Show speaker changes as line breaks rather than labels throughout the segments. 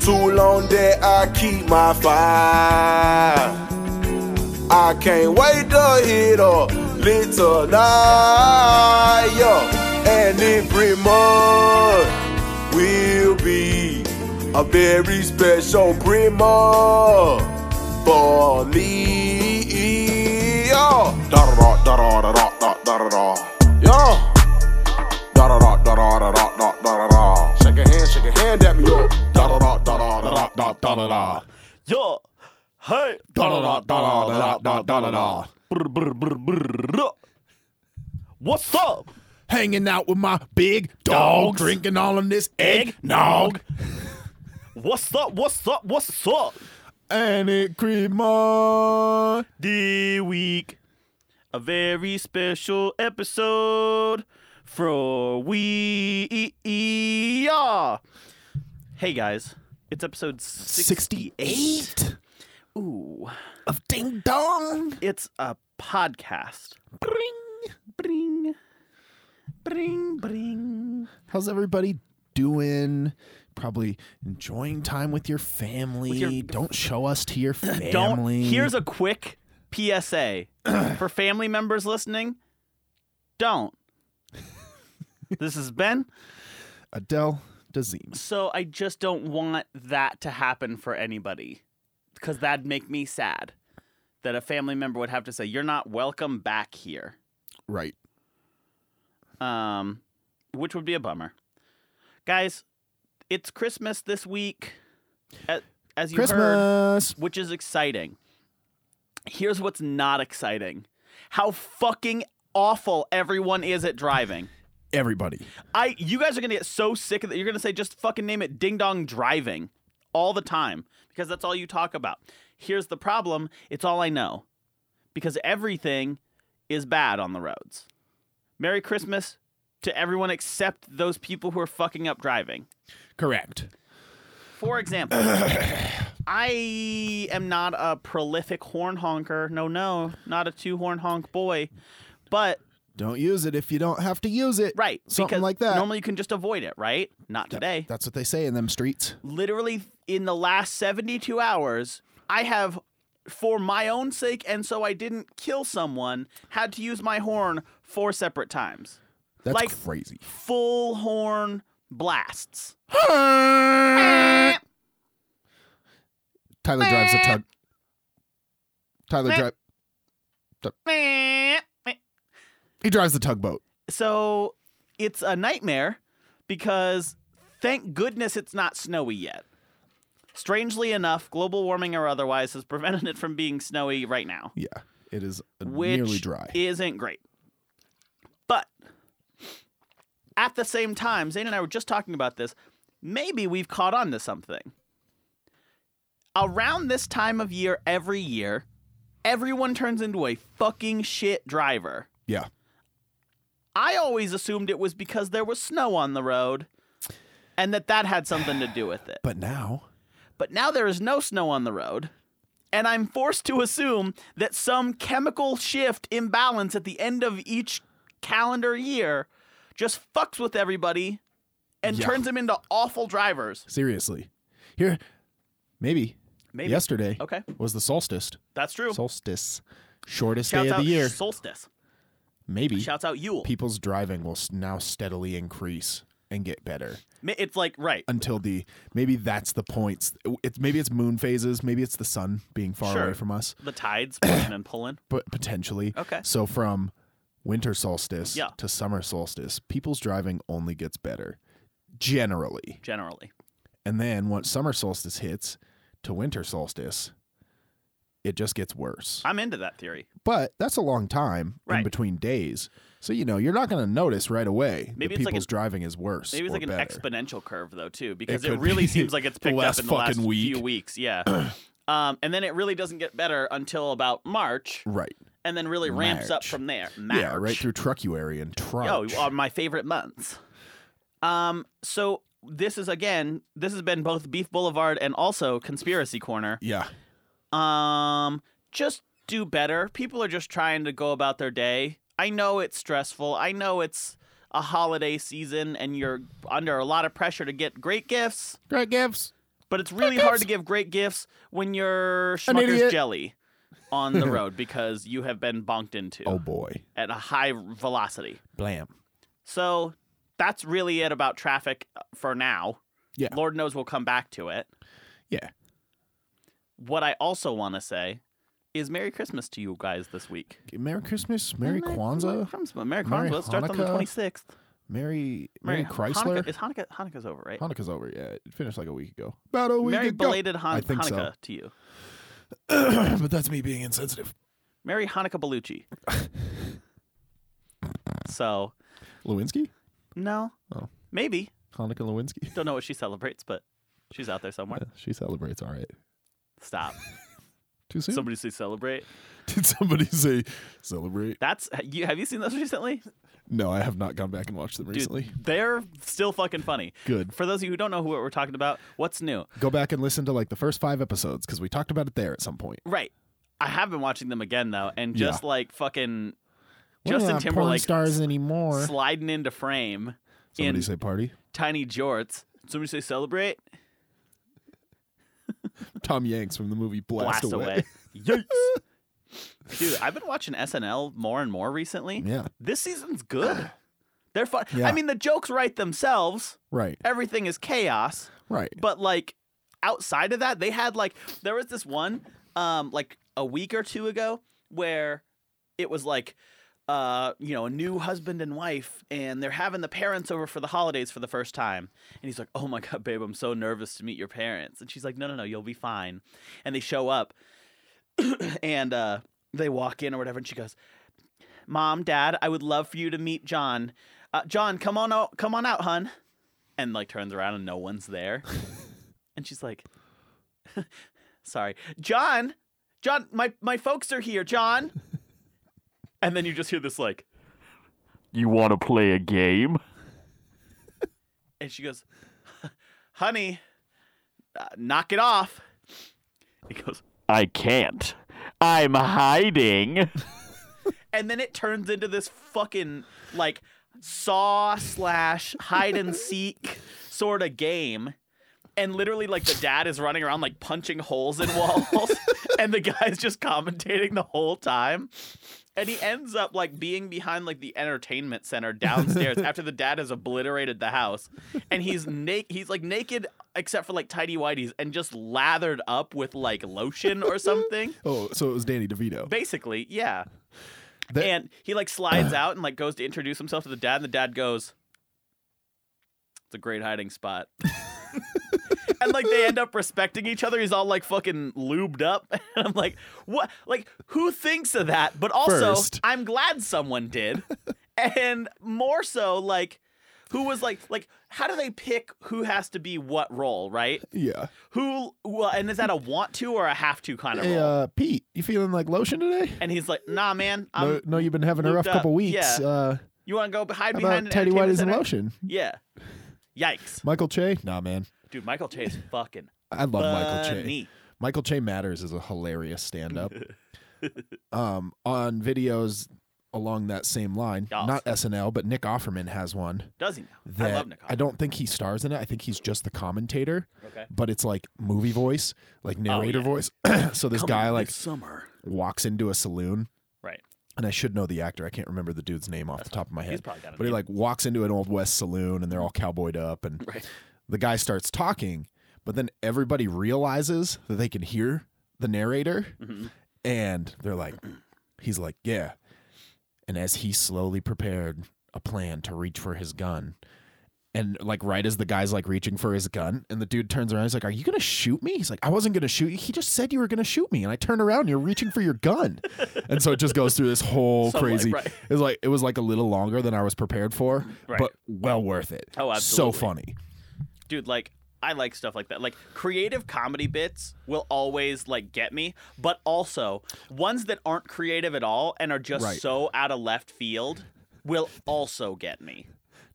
Too long that I keep my fire. I can't wait to hit up little Naya. And every month will be a very special primer for me. Yeah. Da-da-da, da-da-da, da-da-da, da-da-da. Yeah. Da-da-da, da-da-da, da-da-da, da-da-da. Shake a hand, shake a hand at me, yo. Da-da-da, da-da-da, da-da-da, da-da-da.
Ja, hej! Brr, brr, brr, brr. What's up?
Hanging out with my big dog,
Dogs.
drinking all of this eggnog.
What's up? What's up? What's up?
And it cream on.
The week. A very special episode for we. Yeah. Hey guys, it's episode 68. Ooh.
of Ding Dong.
It's a podcast.
Bring.
Bring. Bring, bring.
How's everybody doing? Probably enjoying time with your family.
your-
E, Don't show us to your family.
Don't. Here's a quick PSA for family members listening. Don't. this has been
Adele Dazeem.
so I just don't want that to happen for anybody because that'd make me sad that a family member would have to say you're not welcome back here.
Right.
Um which would be a bummer. Guys, it's Christmas this week. A- As you heard,
Christmas.
which is exciting. Here's what's not exciting how fucking awful everyone is at driving.
Everybody.
I you guys are gonna get so sick of that you're gonna say just fucking name it ding dong driving all the time because that's all you talk about. Here's the problem, it's all I know. Because everything is bad on the roads. Merry Christmas to everyone except those people who are fucking up driving.
Correct.
For example, I am not a prolific horn honker. No, no, not a two horn honk boy. But
Don't use it if you don't have to use it.
right,
Something
because
like that.
Normally, you can just avoid it, right? Not
That-
today.
That's what they say in them streets.
Literally, in the last seventy-two hours, I have, for my own sake, and so I didn't kill someone, had to use my horn four separate times,
That's
Like-
crazy.
full horn blasts.
Tyler drives a tug. Tyler drive. He drives the tugboat.
So it's a nightmare because thank goodness it's not snowy yet. Strangely enough, global warming or otherwise has prevented it from being snowy right now,
Yeah, it is
which
nearly dry.
isn't great. But at the same time, Zane and I were just talking about this. Maybe we've caught on to something. Around this time of year, every year, everyone turns into a fucking shit driver.
yeah,
I always assumed it was because there was snow on the road and that that had something to do with it.
but now
But now there is no snow on the road, and I'm forced to assume that some chemical shift imbalance at the end of each calendar year just fucks with everybody and
Yeah.
turns them into awful drivers.
seriously, here maybe,
Maybe.
yesterday
Okay,
was the solstice.
that's true.
Solstice, shortest
Shouts
day of
out
the year.
solstice.
maybe
Shouts out Yule.
people's driving will s- now steadily increase and get better
Ma- It's like right.
until the maybe that's the points. It's maybe it's moon phases. Maybe it's the sun being far
Sure.
away from us.
The tides pushing and pulling.
but potentially.
Okay.
So from winter solstice
Yeah.
to summer solstice, people's driving only gets better generally.
Generally,
And then once summer solstice hits to winter solstice, it just gets worse.
I'm into that theory.
But that's a long time in
Right.
between days. So you know, you're not going to notice right away
Maybe
that
it's like
people's
an-
driving is worse.
Maybe it's
or
like an
better.
exponential curve though too, because it,
could
really
be
seems like it's
the
picked up
last
in the last
fucking week.
few weeks. Yeah. um, and then it really doesn't get better until about March,
Right.
and then really ramps up
March.
from there. March.
Yeah, right through Truckuary and
Oh,
Trunch.
are my favorite months. Um, so this is again, this has been both Beef Boulevard and also Conspiracy Corner.
yeah.
Um, just do better. People are just trying to go about their day. I know it's stressful. I know it's a holiday season and you're under a lot of pressure to get great gifts.
Great gifts.
But it's really hard to give great gifts when you're Schmucker's
idiot.
jelly on the road because you have been bonked into
Oh boy.
at a high velocity.
Blam.
So that's really it about traffic uh, for now.
Yeah.
Lord knows we'll come back to it.
Yeah.
What I also want to say is Merry Christmas to you guys this week.
Merry Christmas. Merry Kwanzaa.
Kwanzaa. Merry
Merry
Kwanzaa. It starts on the
Hanukkah.
26th.
Merry Merry Chrysler.
Hanukkah, is Hanukkah, Hanukkah's over, right?
Hanukkah's over. Yeah, it finished like a week ago. About a week
Merry
ago.
belated Han-
I think so.
Hanukkah to you.
but that's me being insensitive.
Merry Hanukkah Bellucci. so,
Lewinsky?
no.
Oh.
Maybe.
Hanukkah Lewinsky?
Don't know what she celebrates, but she's out there somewhere.
She celebrates all right.
Stop.
Too soon.
Somebody say celebrate.
Did somebody say celebrate?
That's you. Have you seen those recently?
No, I have not gone back and watched them
Dude,
recently.
they're still fucking funny.
Good.
For those of you who don't know who we're talking about, what's new?
Go back and listen to like the first five episodes because we talked about it there at some point.
Right. I have been watching them again though, and just like fucking
We're
Justin
not porn
Timberlake
stars anymore.
sliding into frame
somebody
in
say party.
tiny jorts. Somebody say celebrate.
Tom Yanks from the movie Blast,
Blast away. Yikes. Dude, I've been watching SNL more and more recently.
Yeah.
This season's good. They're fun. I
Yeah.
mean, the jokes write themselves.
Right.
Everything is chaos.
Right.
But like outside of that, they had like there was this one um like a week or two ago where it was like uh you know a new husband and wife and they're having the parents over for the holidays for the first time and he's like oh my god babe i'm so nervous to meet your parents and she's like no no no you'll be fine and they show up and uh they walk in or whatever and she goes mom dad i would love for you to meet john uh, john come on out come on out hun and like turns around and no one's there and she's like sorry john john my my folks are here john and then you just hear this like
You want to play a game?
and she goes honey uh, knock it off he goes
I can't. I'm hiding.
and then it turns into this fucking like saw slash hide and seek sort of game and literally like the dad is running around like punching holes in walls and the guy's just commentating the whole time and he ends up like being behind like the entertainment center downstairs after the dad has obliterated the house and he's naked he's like naked except for like tidy whities and just lathered up with like lotion or something
Oh, so it was Danny DeVito.
basically yeah
That-
and he like slides
Uh.
out and like goes to introduce himself to the dad, and the dad goes, "It's a great hiding spot." and like they end up respecting each other. He's all like fucking lubed up, and I'm like, "What? Like who thinks of that?" But also,
First.
I'm glad someone did, and more so like. Who was like like how do they pick who has to be what role, right?
yeah.
Who well and is that a want to or a have to kind of
Hey,
role?
uh, Pete, you feeling like lotion today?
And he's like, "Nah, man, I'm,
no, no, you've been having a rough
lubed up.
couple weeks.
Yeah.
Uh,
You want to go hide
how
behind
about
an
Teddy
entertainment
Whitey's and
center?
lotion?
Yeah. Yikes,
Michael Che? Nah, man.
dude. Michael Che is fucking
I love Michael Che.
funny.
Michael Che Matters is a hilarious stand up. um, on videos along that same line,
Yes.
not SNL, but Nick Offerman has one.
Does he now?
That
I love Nick. Offerman.
don't think he stars in it. I think he's just the commentator,
Okay.
but it's like movie voice, like narrator
Oh, yeah.
voice. so this
Come
guy
on,
like
this summer.
walks into a saloon,
Right.
and I should know the actor. I can't remember the dude's name off the top of my
He's
head.
probably got a
But he
name.
like walks into an old west saloon and they're all cowboyed up and
Right.
the guy starts talking, but then everybody realizes that they can hear the narrator
Mhm.
and they're like he's like, "Yeah." And as he slowly prepared a plan to reach for his gun, and like right as the guy's like reaching for his gun, and the dude turns around, he's like, "Are you gonna shoot me?" He's like, "I wasn't gonna shoot you. He just said you were gonna shoot me." And I turn around, and you're reaching for your gun, and so it just goes through this whole
So, like,
crazy.
right.
It was like it was like a little longer than I was prepared for,
Right.
but well worth it.
Oh,
So
absolutely.
funny.
Dude, like I like stuff like that. Like creative comedy bits will always like get me, but also ones that aren't creative at all and are just
Right.
so out of left field will also get me.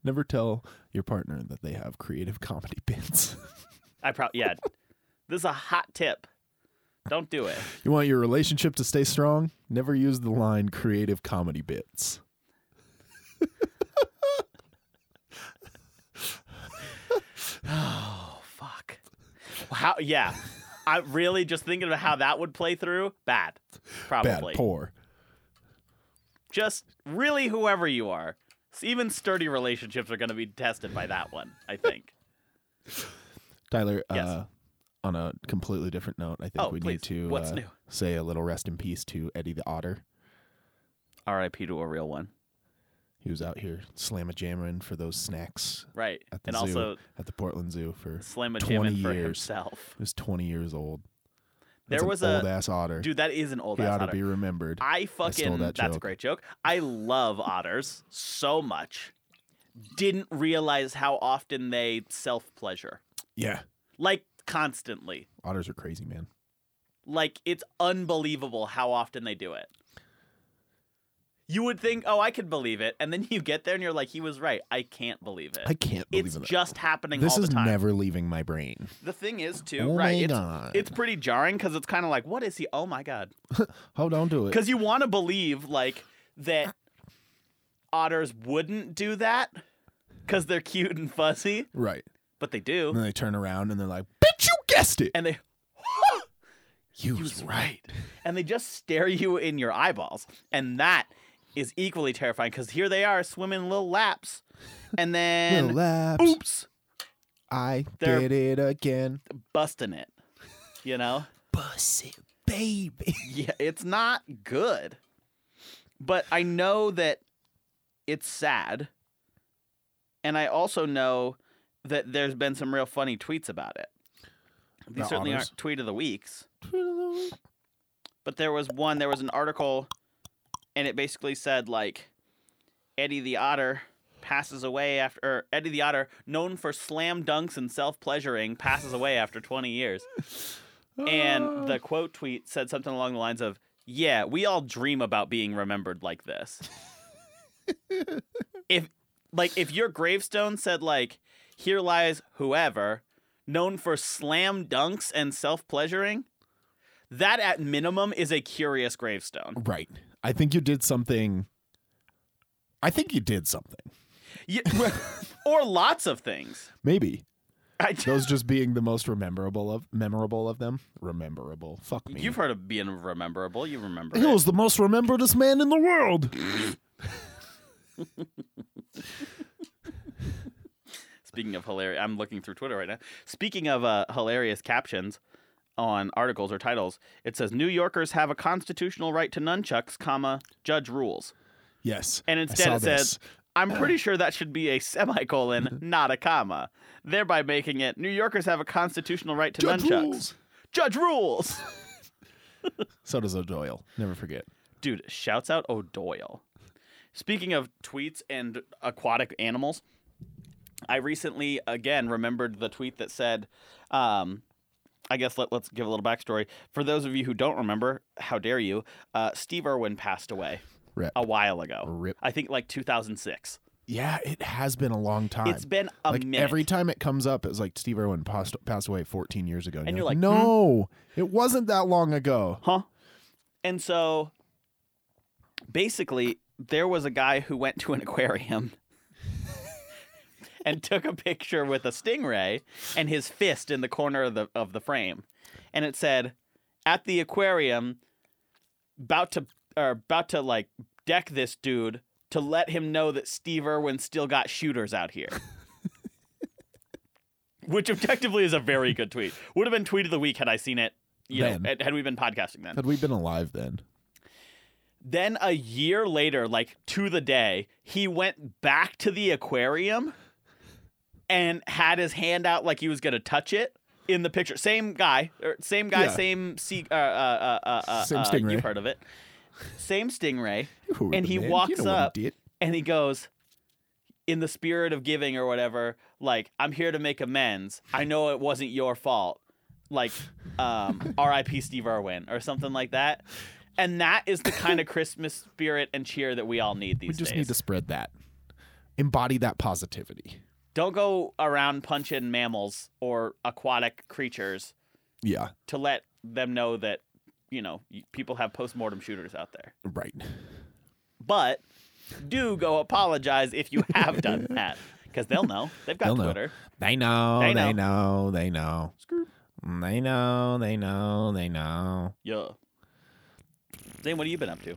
Never tell your partner that they have creative comedy bits.
I probably yeah. this is a hot tip. Don't do it.
you want your relationship to stay strong? Never use the line creative comedy bits.
Oh fuck. How? Yeah. I'm really just thinking about how that would play through. Bad,
Bad,
probably.
poor.
just really whoever you are, s- even sturdy relationships are going to be tested by that one. I think.
Tyler,
Yes.
uh, on a completely different note, I think
Oh,
we
please.
need to
What's
uh,
new?
say a little rest in peace to Eddie the Otter.
R.I.P. to a real one.
He was out here slam a jammering for those snacks
Right.
at the
And
zoo,
also
at the Portland Zoo for he
slam a
20
jamming for
years.
himself.
was 20 years old.
There
That's an
was a-
old ass otter.
Dude, that is an old
he
ass
ought to
otter.
be remembered.
I fucking
that
that's a
joke.
great joke. I love otters so much. Didn't realize how often they self pleasure.
yeah,
Like constantly.
otters are crazy, man.
Like it's unbelievable how often they do it. You would think, oh, I could believe it, and then you get there and you're like, he was right. I can't believe it.
I can't believe
Uh, it's
in that.
just happening
This
all the
is
time.
never leaving my brain.
the thing is too,
Oh
right?
my
it's,
God.
it's pretty jarring because it's kind of like, what is he? Oh my god.
Oh, don't do it.
because you want to believe like that otters wouldn't do that because they're cute and fuzzy,
Right.
but they
And
do,
then they turn around and they're like, "Bitch, you guessed it.
and they
you was right."
and they just stare you in your eyeballs, and that is equally terrifying because here they are swimming little laps, and
Little
then
laps.
oops,
I
They're-
did it again.
busting it, you know.
Bust it, baby.
Yeah, it's not good. But I know that it's sad. And I also know that there's been some real funny tweets about it. These
About
certainly
otters?
aren't tweet of the weeks, but there was one, there was an article, and it basically said, like, Eddie the Otter passes away after, or Eddie the Otter, known for slam dunks and self pleasuring, passes away after 20 years.
Ah. Oh.
And the quote tweet said something along the lines of, Yeah, we all dream about being remembered like this. if like if your gravestone said like, here lies whoever, known for slam dunks and self pleasuring, that at minimum is a curious gravestone.
Right. I think you did something. I think you did something.
Ye- or lots of things.
Maybe
I,
those just being the most rememberable of memorable of them. Rememberable. Fuck me.
you've heard of being rememberable. You remember
He
it.
was the most rememberedest man in the world.
Speaking of hilarious, I'm looking through Twitter right now. Speaking of uh, hilarious captions on articles or titles, it says New Yorkers have a constitutional right to nunchucks, comma judge rules,
Yes.
and
I
instead
saw
it
this.
says, "I'm pretty sure that should be a semicolon, not a comma," thereby making it New Yorkers have a constitutional right to
Judge
nunchucks.
rules.
Judge rules,
So does O'Doyle. Never forget.
dude. Shouts out O'Doyle. Speaking of tweets and aquatic animals, I recently again remembered the tweet that said, um, I guess let, let's give a little backstory. For those of you who don't remember, how dare you? Uh, Steve Irwin passed away
Rip.
a while ago.
Rip.
I think like 2006.
Yeah, it has been a long time.
It's been a
like
minute.
every time it comes up, it's like Steve Irwin passed, passed away 14 years ago.
And you're like, "Hmm?"
no, it wasn't that long ago.
Huh? And so basically, there was a guy who went to an aquarium and took a picture with a stingray and his fist in the corner of the of the frame. And it said, at the aquarium, about to or about to like deck this dude to let him know that Steve Irwin still got shooters out here. Which objectively is a very good tweet. Would have been tweet of the week had I seen it. You know,
Then.
had- had we been podcasting then.
Had we been alive then?
Then a year later, like to the day, he went back to the aquarium and had his hand out like he was gonna touch it in the picture. Same guy, or same guy,
Yeah.
same sea, uh, uh, uh, uh,
Same
uh,
stingray.
You've heard of it. Same stingray,
You were
And
the
he
man.
walks
you know what
up.
he did.
and he goes, in the spirit of giving or whatever, like I'm here to make amends. I know it wasn't your fault. Like, um, R.I.P. Steve Irwin or something like that. And that is the kind of Christmas spirit and cheer that we all need these
We just
days.
need to spread that, embody that positivity.
Don't go around punching mammals or aquatic creatures
Yeah,
to let them know that you know y- people have postmortem shooters out there.
right.
But do go apologize if you have done that because they'll know. They've got
They'll know.
Twitter.
They know.
They
They know. They know. They know, they know, they know.
Yeah. Zane, what have you been up to?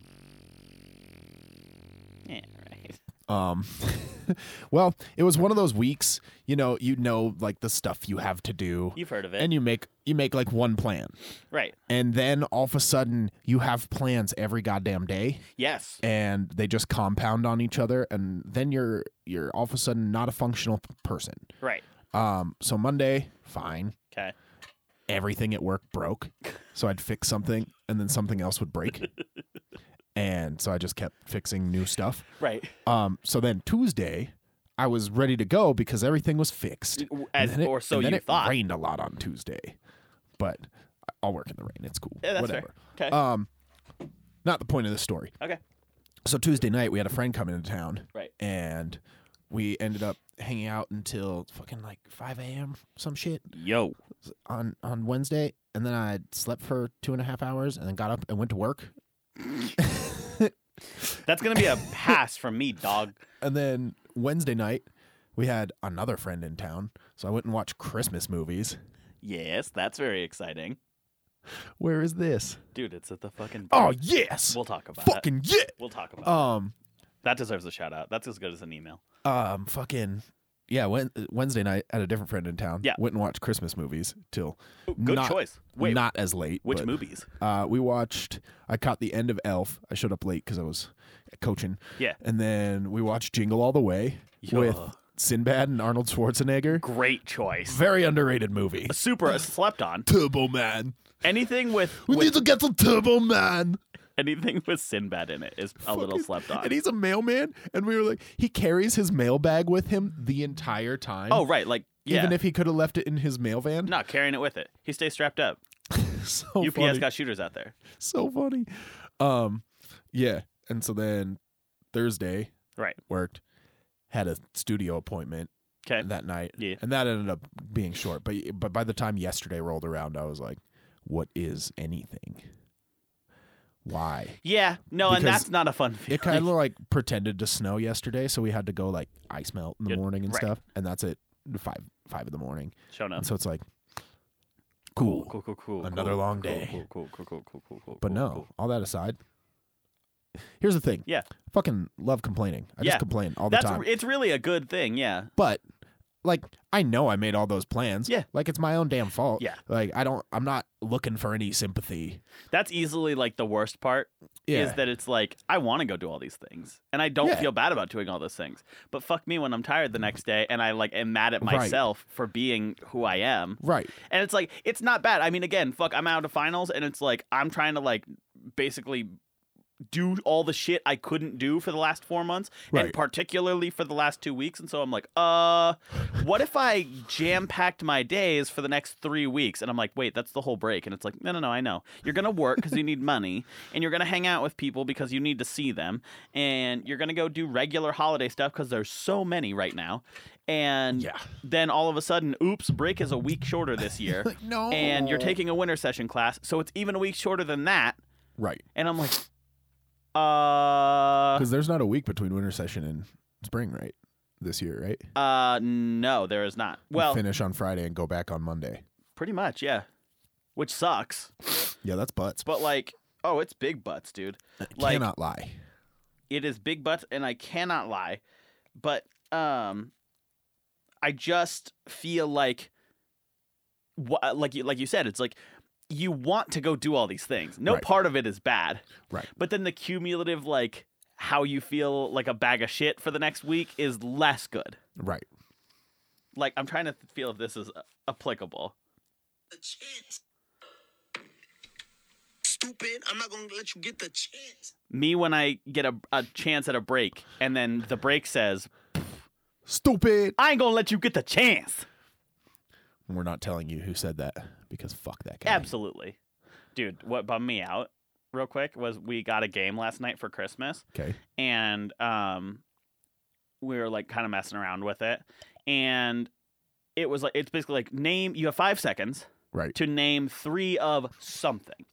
Yeah, right.
Um, well, it was one of those weeks, you know, you know, like the stuff you have to do,
You've heard of it.
and you make you make like one plan,
right.
and then all of a sudden you have plans every goddamn day,
Yes.
and they just compound on each other, and then you're you're all of a sudden not a functional p- person.
Right.
Um, so Monday, fine,
Okay.
everything at work broke, so I'd fix something, and then something else would break, and so I just kept fixing new stuff.
Right.
Um, so then Tuesday, I was ready to go because everything was fixed. And
As,
then it-
or so
and then
you
it
thought.
rained a lot on Tuesday, but I'll work in the rain. It's cool.
Yeah, that's
Whatever.
fair. Okay.
Um, not the point of this story.
okay.
So Tuesday night, we had a friend come into town,
Right.
and we ended up hanging out until fucking like 5 a.m. some shit
Yo.
on on Wednesday, and then I slept for two and a half hours, and then got up and went to work,
That's gonna be a pass from me, dog.
And then Wednesday night, we had another friend in town. So I went and watched Christmas movies.
Yes, that's very exciting,
Where is this?
dude. It's at the fucking.
Oh, yes.
We'll talk about it.
fucking yeah.
We'll talk about it.
Um,
That deserves a shout out. That's as good as an email.
um, fucking. Yeah, Wed- Wednesday night I had a different friend in town.
Yeah.
Went and watched Christmas movies till
Good
not,
choice. Wait,
not as late.
which
but,
movies?
Uh, we watched. I caught the end of Elf. I showed up late because I was coaching.
Yeah.
And then we watched Jingle All the Way with
Yeah.
Sinbad and Arnold Schwarzenegger.
Great choice.
Very underrated movie.
Super slept on.
Turbo Man.
Anything with,
We
with
need to get some Turbo Man.
anything with Sinbad in it is a little slept on.
And he's a mailman, and we were like, he carries his mailbag with him the entire time.
Oh right, like yeah.
even if he could have left it in his mail van.
not carrying it with it. He stays strapped up.
so
UPS
funny.
got shooters out there.
so funny. Um, yeah. And so then Thursday
Right.
worked. Had a studio appointment
Okay.
that night,
Yeah.
and that ended up being short. But but by the time yesterday rolled around, I was like, "What is anything? Why?"
Yeah. No, and
Because
that's not a fun feeling.
It kind of like pretended to snow yesterday, so we had to go like ice melt in the
Good.
morning and
Right.
stuff, and that's it. Five five in the morning,
Show no.
and so it's like cool.
Cool. Cool. Cool.
Another
cool,
long
cool,
day.
Cool. Cool. Cool. Cool. Cool. Cool. cool
But
cool,
no,
cool.
all that aside, here's the thing.
Yeah.
fucking love complaining. I
Yeah.
just complain all the
That's
time.
it's really a good thing. Yeah.
but like I know I made all those plans.
Yeah.
like it's my own damn fault.
Yeah.
like I don't. I'm not looking for any sympathy.
That's easily like the worst part
Yeah,
is that it's like I want to go do all these things and I don't
Yeah.
feel bad about doing all those things. But fuck me when I'm tired the next day and I like am mad at
Right.
myself for being who I am.
right.
And it's like it's not bad. I mean, again, fuck, I'm out of finals, and it's like I'm trying to like basically do all the shit I couldn't do for the last four months, and
Right.
particularly for the last two weeks. And so I'm like, uh, what if I jam packed my days for the next three weeks? And I'm like, wait, that's the whole break. And it's like, no, no, no, I know. You're gonna work because you need money, and you're gonna hang out with people because you need to see them, and you're gonna go do regular holiday stuff because there's so many right now. And
Yeah.
then all of a sudden, oops, break is a week shorter this year.
No,
and you're taking a winter session class, so it's even a week shorter than that.
right
And I'm like, uh,
because there's not a week between winter session and spring, right? This year, right?
uh, no, there is not.
We
Well,
finish on Friday and go back on Monday.
pretty much, yeah, which sucks.
Yeah, that's butts.
But like, oh, it's big butts, dude. Like,
Cannot lie.
it is big butts, and I cannot lie. But um, I just feel like, wha- like you like you said, it's like you want to go do all these things. No
Right.
part of it is bad.
Right.
but then the cumulative like how you feel like a bag of shit for the next week is less good
Right.
like i'm trying to th- feel if this is uh, applicable
the chance. Stupid, I'm not gonna let you get the chance.
me when i get a, a chance at a break and then the break says
Stupid.
i ain't gonna let you get the chance
We're not telling you who said that because fuck that guy.
absolutely dude what bummed me out real quick was we got a game last night for christmas
Okay.
and um we were like kind of messing around with it and it was like it's basically like name you have five seconds
Right.
to name three of something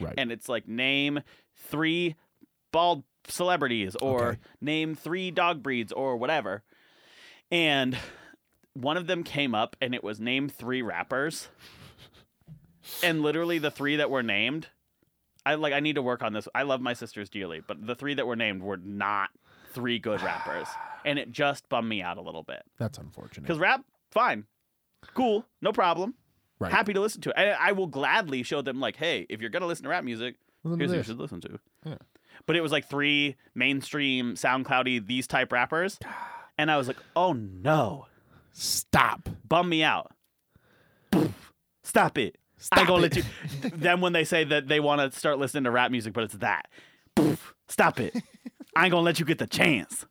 Right.
and it's like name three bald celebrities or
Okay.
name three dog breeds or whatever and one of them came up and it was name three rappers and literally the three that were named, I like. I need to work on this. I love my sisters dearly, but the three that were named were not three good rappers, and it just bummed me out a little bit.
That's unfortunate.
Because rap, fine, cool, no problem.
Right.
Happy to listen to it. And I will gladly show them like, hey, if you're gonna listen to rap music,
Listen to
here's what you
this.
should listen to.
Yeah.
But it was like three mainstream SoundCloudy these type rappers, and I was like, oh no,
Stop.
bum me out. Stop it. I
Stop
gonna
it.
let you. then when they say that they want to start listening to rap music, but it's that. Poof. Stop it. I ain't gonna let you get the chance.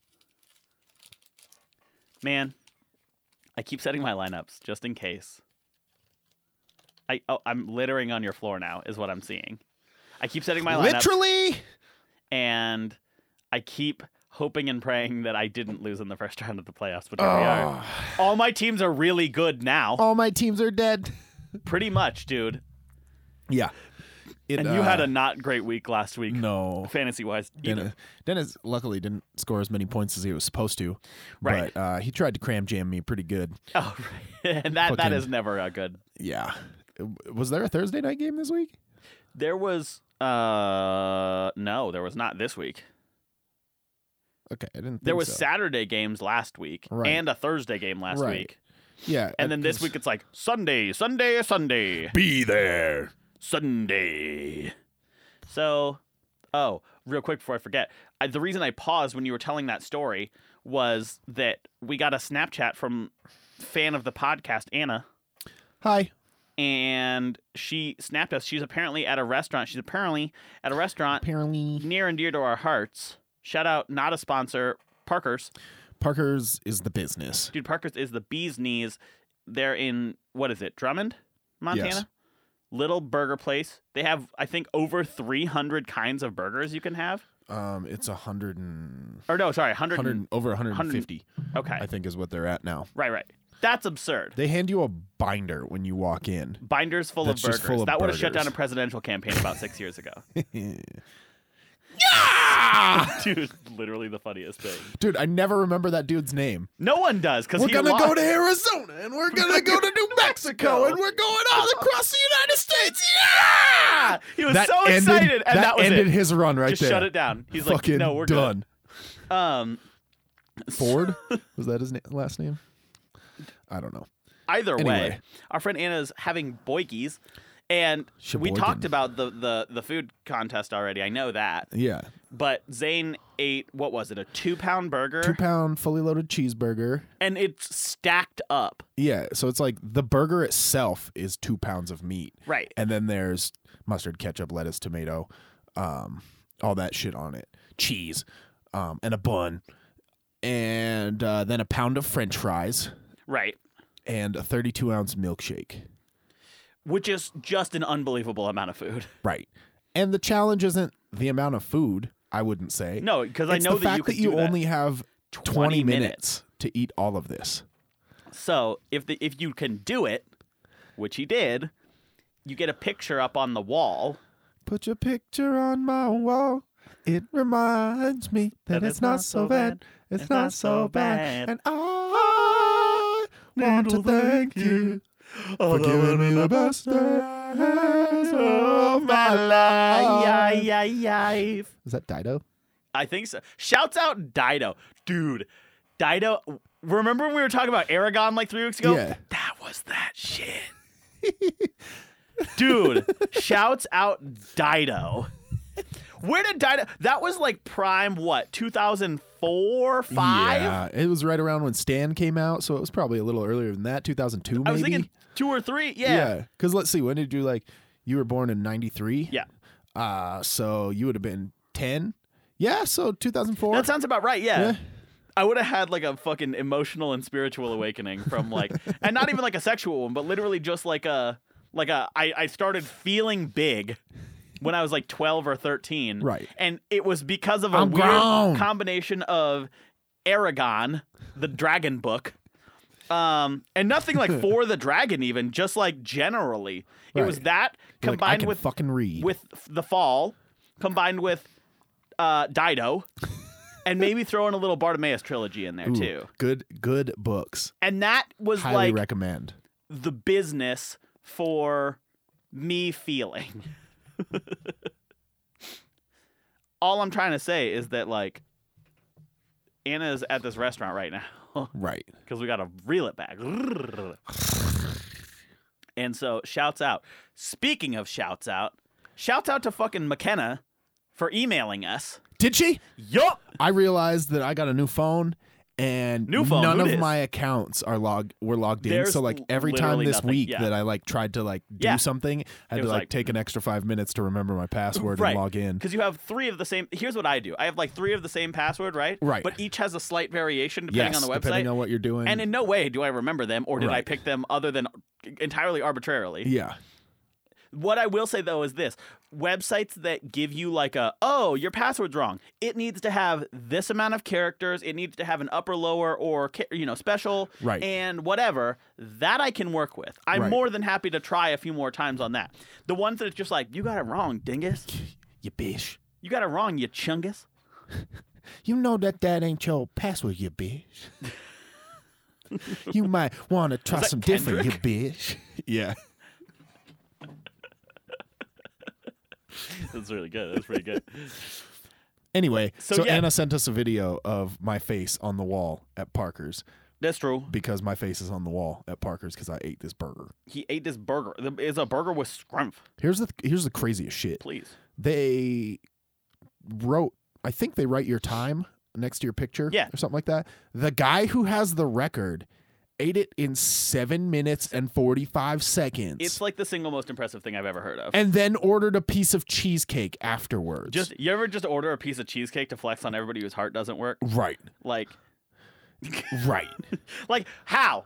Man, I keep setting my lineups just in case. I oh, I'm littering on your floor now is what I'm seeing. I keep setting my lineup
Literally.
and I keep hoping and praying that I didn't lose in the first round of the playoffs, but here we are.
Oh,
All my teams are really good now.
all my teams are dead.
Pretty much, dude.
Yeah. It,
And you had
uh,
a not great week last week,
no.
fantasy wise.
Dennis, Dennis luckily didn't score as many points as he was supposed to,
Right.
but uh, he tried to cram jam me pretty good.
Oh, right. and that, that
Fucking-
is never a good.
Yeah. Was there a Thursday night game this week?
There was uh no, there was not this week.
Okay, I didn't. Think
There was
so.
Saturday games last week
Right.
and a Thursday game last
Right.
week.
yeah, uh,
And then this week it's like Sunday, Sunday, Sunday,
be there.
Sunday. So, oh, real quick before I forget, I, the reason I paused when you were telling that story was that we got a Snapchat from fan of the podcast Anna
Hi.
and she snapped us. She's apparently at a restaurant. She's apparently at a restaurant
Apparently,
near and dear to our hearts. Shout out, not a sponsor, Parker's.
Parker's is the business.
Dude, Parker's is the bee's knees. They're in, what is it, Drummond, Montana?
Yes.
Little burger place. They have, I think, over 300 kinds of burgers you can have.
Um, it's a hundred and
Or no, sorry, 100.
hundred and- over a hundred and
hundred-
fifty.
okay.
I think is what they're at now.
right, right. That's absurd.
They hand you a binder when you walk in.
Binders full
That's
of
just
burgers.
full of
that would have shut
burgers.
down a presidential campaign about six years ago. Dude, literally the funniest thing.
Dude, I never remember that dude's name.
No one does because
We're
he
gonna
lost.
go to Arizona and we're gonna go to New Mexico and we're going all across the United States. Yeah!
He was
That
so
ended-
excited, and that, was
ended
it.
his run right
Just
there.
shut it down. He's
Fucking
like, no, we're
done.
good. Um,
Ford was that his na- last name? I don't know.
either way,
Anyway.
our friend Anna's having boikies, and we
Sheboygan.
talked about the, the the food contest already. I know that,
Yeah,
but Zane ate what was it? A two pound burger,
two pound fully loaded cheeseburger.
and it's stacked up.
Yeah, so it's like the burger itself is two pounds of meat,
Right.
and then there's mustard, ketchup, lettuce, tomato, um, all that shit on it, cheese, um, and a bun, and uh, then a pound of French fries
Right.
and a 32 ounce milkshake.
Which is just an unbelievable amount of food.
Right, and the challenge isn't the amount of food. I wouldn't say
No, because I
It's
know
the fact
you could
that you
do
only have
20
20
minutes.
minutes to eat all of this.
So if the, if you can do it, which he did, you get a picture up on the wall.
Put your picture on my wall. It reminds me that, it's, not, so bad. It's, not, so bad. And I want to thank you for giving me the best days of Oh, my
Ay,
life.
ay, ay, ay.
Is that Dido?
I think so. Shouts out Dido, dude. Dido, remember when we were talking about Aragon like three weeks ago?
Yeah.
that was that shit, dude. Shouts out Dido. Where did Dido? That was like prime what 2004, five.
Yeah, it was right around when Stan came out, so it was probably a little earlier than that, 2002 maybe.
I was thinking two or three. Yeah.
yeah, because let's see, when did you like? You were born in '93.
Yeah.
Uh, so you would have been 10. Yeah, so 2004.
That sounds about right. Yeah.
Yeah.
I would have had like a fucking emotional and spiritual awakening from like, and not even like a sexual one, but literally just like a, like a, I, I started feeling big when I was like 12 or 13.
Right.
And it was because of a
I'm
weird
grown.
combination of Aragon, the dragon book, um, and nothing like for the dragon, even just like generally. It was
Right.
that
You're like, I
combined
can
with
fucking read.
with the fall, combined with uh, Dido, and maybe throw in a little Bartimaeus trilogy in there
Ooh,
too.
Good, good books.
And that was
Highly
like
recommend.
the business for me feeling. All I'm trying to say is that like Anna is at this restaurant right now
Right.
because we got to reel it back. And so shouts out. Speaking of shouts out, shouts out to fucking McKenna for emailing us.
Did she?
Yup.
I realized that I got a new phone and
New phone?
none
Who
of
dis?
my accounts are log were logged in.
There's
So like
l-
every time
literally
this
nothing,
week
yeah.
that I like tried to like do
Yeah.
something, I
It
had to
was
like,
like-
take an extra five minutes to remember my password
Right.
and log in.
Because you have three of the same. Here's what I do. I have like three of the same password, right?
Right.
But each has a slight variation depending
Yes,
on the website.
depending on what you're doing.
and in no way do I remember them, or did I
Right.
pick them other than entirely arbitrarily.
yeah.
What I will say though is this: websites that give you like a "oh, your password's wrong," it needs to have this amount of characters. It needs to have an upper, lower, or ca- you know, special,
Right.
and whatever. That I can work with. I'm
Right.
more than happy to try a few more times on that. The ones that it's just like you got it wrong, dingus.
You bitch.
You got it wrong, you chungus.
You know that that ain't your password, you bitch. you might want to try
that
some different, you bitch. yeah.
That's really good. That's pretty good.
Anyway,
So,
so,
yeah.
Anna sent us a video of my face on the wall at Parker's
That's true.
because my face is on the wall at Parker's because I ate this burger.
He ate this burger. The- It's a burger with scrumph.
Here's the here's the craziest shit.
Please.
They wrote, I think they write your time next to your picture,
Yeah.
or something like that. The guy who has the record ate it in seven minutes and forty five seconds,
It's like the single most impressive thing I've ever heard of.
and then ordered a piece of cheesecake afterwards.
Just you ever just order a piece of cheesecake to flex on everybody whose heart doesn't work?
right,
Like,
right.
like how?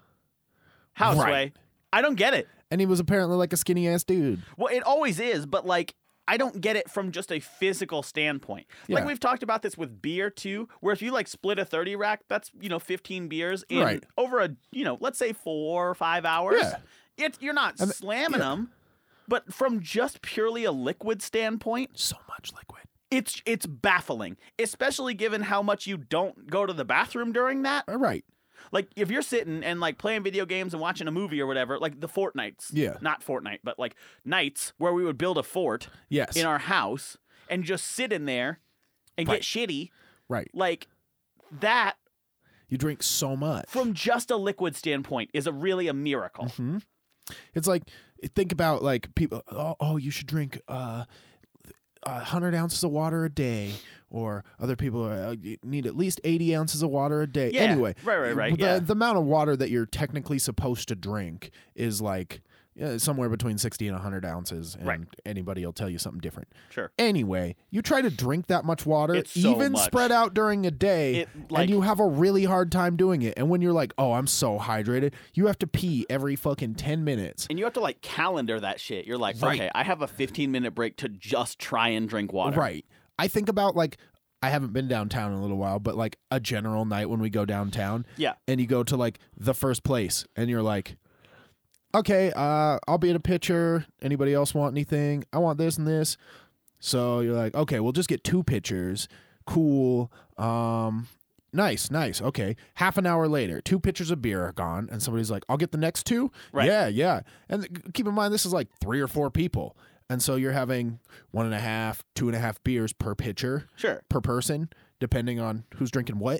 How Sway?
Right.
I don't get it.
and he was apparently like a skinny ass dude.
Well, it always is, but like I don't get it from just a physical standpoint. Like
Yeah.
we've talked about this with beer too, where if you like split a 30 rack, that's, you know, 15 beers in
Right.
over a, you know, let's say 4 or 5 hours.
Yeah.
It you're not
And-
slamming
yeah.
them, but from just purely a liquid standpoint,
So much liquid.
it's it's baffling, especially given how much you don't go to the bathroom during that.
All right.
Like if you're sitting and like playing video games and watching a movie or whatever, like the fortnights.
Yeah.
Not fortnight, but like nights where we would build a fort
Yes.
in our house and just sit in there and get shitty
right.
like that
You drink so much.
from just a liquid standpoint is a really a miracle.
It's like think about like people. Oh, oh you should drink uh, a hundred ounces of water a day, or other people are, uh, you need at least eighty ounces of water a day.
Yeah,
anyway,
right, right, right,
The,
yeah.
the amount of water that you're technically supposed to drink is like uh, somewhere between sixty and hundred ounces, and
Right.
anybody will tell you something different.
Sure.
Anyway, you try to drink that much water,
It's so
even
much.
spread out during a day,
It, like-
and you have a really hard time doing it. And when you're like, "Oh, I'm so hydrated," you have to pee every fucking ten minutes.
And you have to like calendar that shit. You're like,
Right.
okay, I have a 15 minute break to just try and drink water.
Right. I think about like I haven't been downtown in a little while, but like a general night when we go downtown.
Yeah.
And you go to like the first place and you're like, Okay, uh, I'll be in a pitcher. Anybody else want anything? I want this and this. So you're like, okay, we'll just get two pitchers. Cool. Um Nice, nice. Okay. Half an hour later, two pitchers of beer are gone, and somebody's like, I'll get the next two.
Right.
Yeah, yeah. And th- keep in mind, this is like three or four people. And so you're having one and a half, two and a half beers per pitcher,
Sure.
per person, depending on who's drinking what.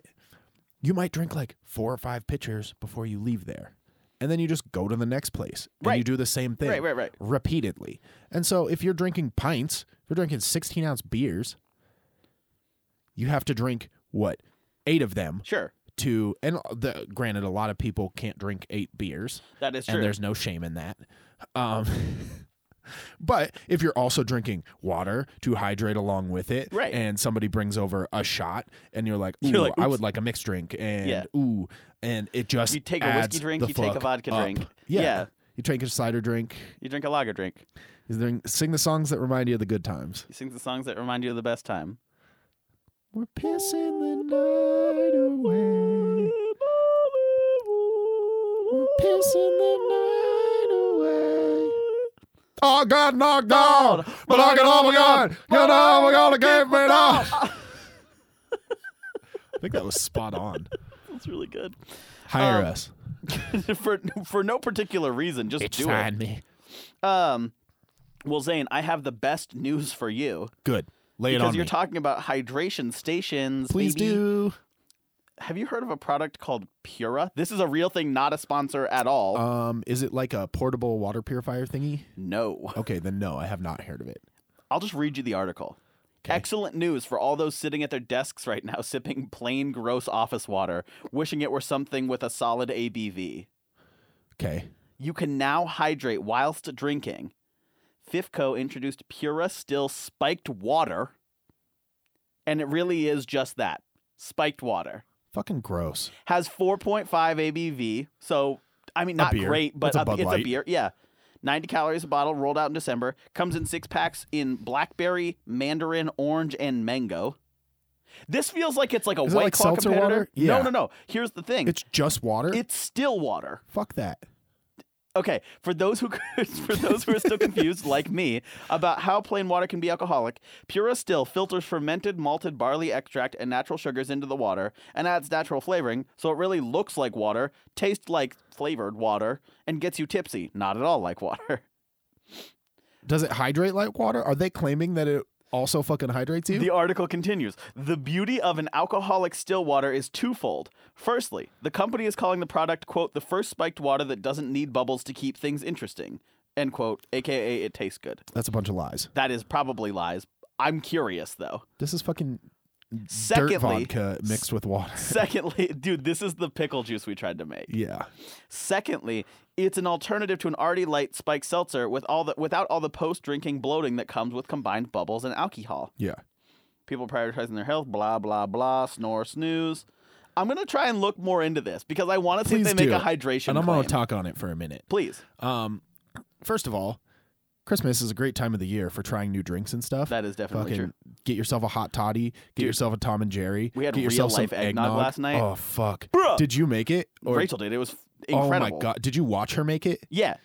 You might drink like four or five pitchers before you leave there. And then you just go to the next place and you
Right.
do the same thing
Right, right, right.
repeatedly. And so if you're drinking pints, if you're drinking 16 ounce beers, you have to drink what? Eight of them
Sure.
to, and uh, the, granted, a lot of people can't drink eight beers
That is
and
true.
there's no shame in that.
Oh.
Um, but if you're also drinking water to hydrate along with it,
Right.
and somebody brings over a shot, and you're like, "Ooh,
You're like,
I
"Oops."
would like a mixed drink," and
Yeah.
ooh, and it just
You take a whiskey
adds
drink,
the
you take a
fuck
vodka
up.
drink.
yeah.
Yeah.
You drink a cider drink.
You drink a lager drink.
You drink- sing the songs that remind you of the good times.
You sing the songs that remind you of the best time.
We're pissing the night away. We're pissing the night away. Oh, God knocked down, but I can, oh my God, get oh my God, I gave me I think that was spot on.
That's really good.
Hire
Um,
us.
for for no particular reason, just do
me.
it. Um, Well, Zane, I have the best news for you
Good. Lay it
because
on
you're
me.
talking about hydration stations.
Please
baby.
do.
Have you heard of a product called Pura? This is a real thing, not a sponsor at all.
Um, is it like a portable water purifier thingy?
no.
Okay, then no, I have not heard of it.
I'll just read you the article.
Okay.
Excellent news for all those sitting at their desks right now, sipping plain, gross office water, wishing it were something with a solid ABV.
Okay.
You can now hydrate whilst drinking. FIFCO introduced Pura Still Spiked Water, and it really is just that spiked water.
Fucking gross.
Has 4.5 ABV, so I mean,
A
not
beer.
great, but
It's a Bud
it's a
Light.
beer. Yeah. 90 calories a bottle, rolled out in December. Comes in six packs in blackberry, mandarin, orange, and mango. This feels like it's like a
Is it
white
like
claw
seltzer
competitor.
water?
No,
Yeah.
no, no. Here's the thing.
It's just water.
it's still water.
Fuck that.
Okay, for those who for those who are still confused like me about how plain water can be alcoholic, Pura Still filters fermented malted barley extract and natural sugars into the water and adds natural flavoring, so it really looks like water, tastes like flavored water, and gets you tipsy, not at all like water.
Does it hydrate like water? Are they claiming that it also fucking hydrates you?
The article continues. The beauty of an alcoholic still water is twofold. Firstly, the company is calling the product, quote, the first spiked water that doesn't need bubbles to keep things interesting, end quote, aka it tastes good.
That's a bunch of lies.
That is probably lies. I'm curious though.
This is fucking
Secondly,
dirt vodka mixed with water.
secondly, dude, this is the pickle juice we tried to make.
Yeah.
Secondly, it's an alternative to an already light spiked seltzer with all the without all the post-drinking bloating that comes with combined bubbles and alcohol.
Yeah.
People prioritizing their health, blah blah blah, snore snooze. I'm gonna try and look more into this because I want to see if
Please
they make
do.
a hydration.
And I'm
claim.
gonna talk on it for a minute.
Please,
Um, first of all, Christmas is a great time of the year for trying new drinks and stuff.
that is definitely
Fucking
true.
get yourself a hot toddy, get
Dude.
yourself a Tom and Jerry.
We had
get yourself
real-life
some
eggnog last night.
Oh fuck!
Bruh.
Did you make it? Or-
Rachel did. It was
oh
incredible.
my god! Did you watch her make it?
Yeah,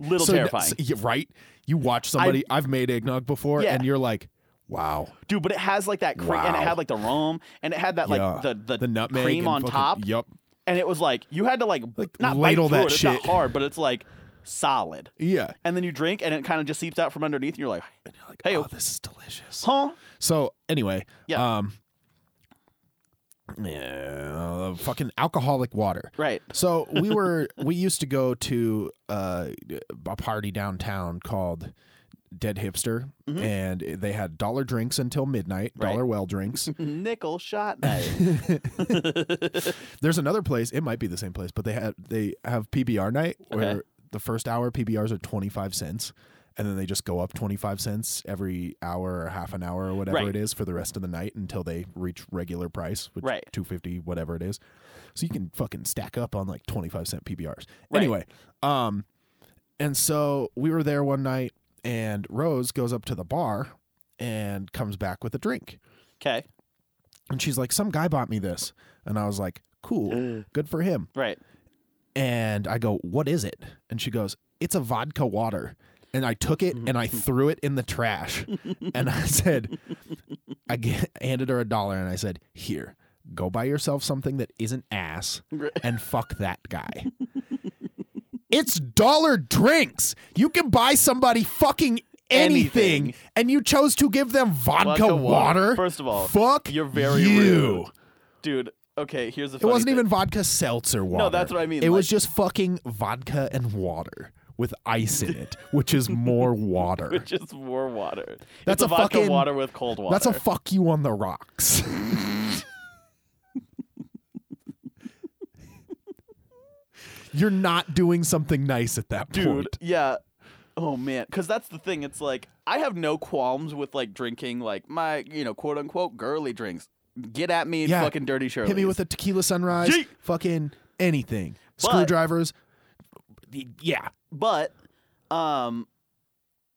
little
So-
terrifying.
so- yeah, right? You watch somebody. I've made eggnog before,
Yeah.
and you're like, wow.
dude. But it has like that cream, and it
Wow.
had like the rum, and it had that like
yeah.
the, the
nutmeg
cream
and
on
fucking-
top,
Yep.
and it was like you had to like,
Like,
not bite
ladle
through
that
it. It's
shit.
not hard, but it's like solid.
Yeah.
And then you drink, and it kind of just seeps out from underneath, and you're like,
And you're like,
Hey,
oh, this is delicious.
huh?
So anyway,
Yeah.
um, yeah, fucking alcoholic water.
Right.
So we were we used to go to uh, a party downtown called Dead Hipster, and they had dollar drinks until midnight,
Mm-hmm. Right.
dollar well drinks.
Nickel shot night.
There's another place, it might be the same place, but they had they have PBR night where
Okay.
the first hour PBRs are twenty five cents. And then they just go up twenty five cents every hour or half an hour or whatever
Right.
it is for the rest of the night until they reach regular price, which
Right.
two fifty, whatever it is. So you can fucking stack up on like twenty five cent PBRs.
Right.
Anyway, um, and so we were there one night, and Rose goes up to the bar and comes back with a drink.
Okay.
And she's like, Some guy bought me this. And I was like,
Mm.
Cool, good for him.
Right.
And I go, What is it? And she goes, It's a vodka water. And I took it and I
Mm-hmm.
threw it in the trash. And I said, I g- handed her a dollar and I said, Here, go buy yourself something that isn't ass and fuck that guy. It's dollar drinks. You can buy somebody fucking anything,
Anything.
and you chose to give them vodka,
Vodka water.
water.
First of all,
fuck
You're very
you.
rude, dude. Okay, here's the.
It
Funny
wasn't
thing.
even vodka seltzer water.
that's what I mean,
It was
like-
just fucking vodka and water with ice in it, which is more water.
Just more water. it's
That's a
vodka
fucking-
water with cold water.
That's a fuck you on the rocks. You're not doing something nice at that
dude
point.
yeah oh man because that's the thing it's like i have no qualms with like drinking like my you know quote unquote girly drinks get at me
Yeah.
fucking dirty Shirley.
Hit me with a tequila sunrise,
Yeet.
fucking anything.
But-
Screwdrivers. Yeah.
but um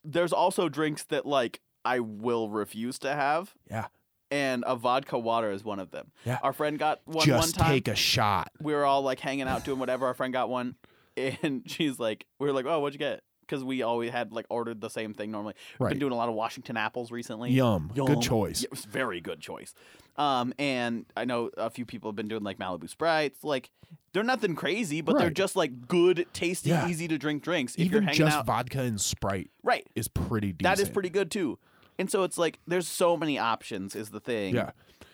there's also drinks that like i will refuse to have
Yeah.
and a vodka water is one of them
Yeah.
our friend got one
Just
one time
take a shot.
we were all like hanging out doing whatever our friend got one and she's like we were like oh what'd you get because we always had like ordered the same thing normally. We've
Right.
been doing a lot of Washington apples recently.
Yum. Good choice.
Yeah, it was very good choice. Um, and I know a few people have been doing like Malibu Sprites. Like they're nothing crazy, but they're
Right.
just like good, tasty,
Yeah.
easy to drink drinks. if you're
Even
hanging
just
out,
vodka and Sprite
right?
is pretty decent.
That is pretty good too. And so it's like there's so many options is the thing.
Yeah.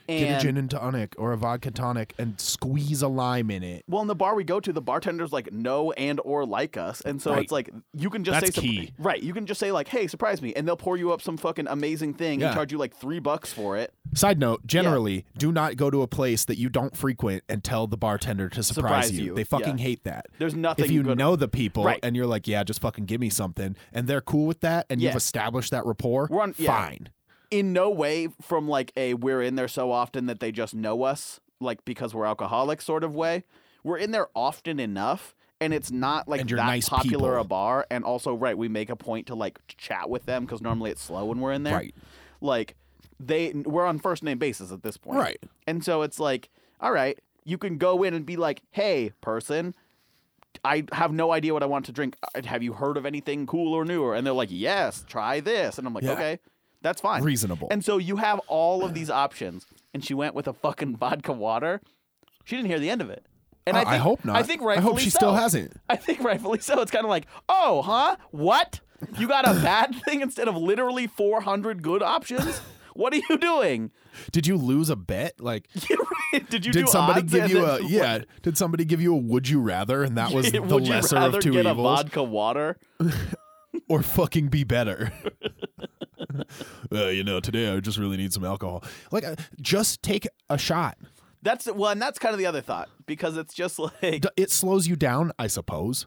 Get
And
a gin and tonic or a vodka tonic and squeeze a lime in it.
well, in the bar we go to, the bartender's like no and or like us, and so
Right.
it's like you can just
That's
say
key.
right. You can just say like, "Hey, surprise me," and they'll pour you up some fucking amazing thing
Yeah.
and charge you like three bucks for it.
Side note, generally, do not go to a place that you don't frequent and tell the bartender to surprise,
Surprise
you.
you,
They fucking
yeah.
hate that.
There's nothing
If you
good-
know the people
Right.
and you're like, yeah, just fucking give me something, and they're cool with that, and you've
Yeah.
established that rapport,
We're on- yeah.
fine.
in no way from like a we're in there so often that they just know us, like because we're alcoholics sort of way. We're in there often enough, and it's not like
And you're
that
nice
popular
people.
a bar. And also, right, we make a point to like chat with them because normally it's slow when we're in there.
Right.
Like they, we're on first name basis at this point.
Right.
And so it's like, all right, you can go in and be like, hey, person. I have no idea what I want to drink. Uh, Have you heard of anything cool or newer? And they're like, yes, try this. And I'm like,
Yeah.
okay, that's fine.
Reasonable.
And so you have all of these options. And she went with a fucking vodka water. She didn't hear the end of it. And
Uh, I hope not.
I think
I hope
rightfully
she
so.
still hasn't.
I think rightfully so. It's kind of like, oh, huh? What? You got a bad thing instead of literally 400 good options? What are you doing?
Did you lose a bet? Like,
Did you
did
do
somebody
odds
give
and
you a
then-
yeah? Did somebody give you a would you rather, and that was the
Would you
lesser
rather
of two
get a
evils,
vodka water?
or fucking be better? uh, you know, today I just really need some alcohol. Like, uh, just take a shot.
That's well, and that's kind of the other thought because it's just like
D- It slows you down, I suppose.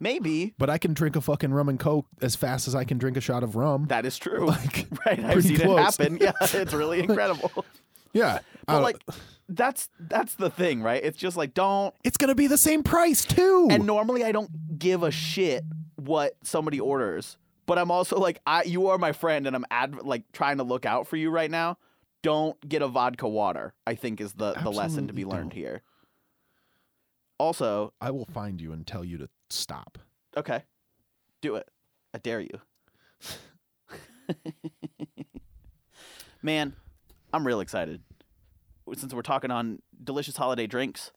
maybe
but I can drink a fucking rum and coke as fast as I can drink a shot of rum.
that is true.
Like,
right, I've
pretty
seen
close.
it happen. Yeah, it's really incredible.
yeah,
But
I don't-
like that's that's the thing, right? It's just like don't
it's gonna be the same price too.
and normally I don't give a shit what somebody orders, but I'm also like I you are my friend and I'm ad, like trying to look out for you right now. Don't get a vodka water. I think is the the lesson to
Absolutely
be learned
don't.
here. Also,
I will find you and tell you to stop.
okay. Do it. I dare you. Man, I'm real excited. Since we're talking on delicious holiday drinks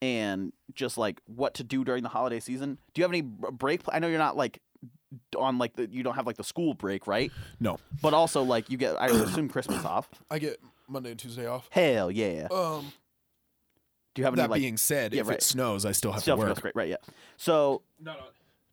and just like what to do during the holiday season, do you have any b- break? pla- I know you're not like on like the, you don't have like the school break, right?
No,
But also like you get, I would assume Christmas off.
I get Monday and Tuesday off.
Hell yeah.
Um,
Do you have any
that
like
being said,
yeah,
if
right.
it snows, I still have
stuff
to
that's
work.
great? Right, yeah. So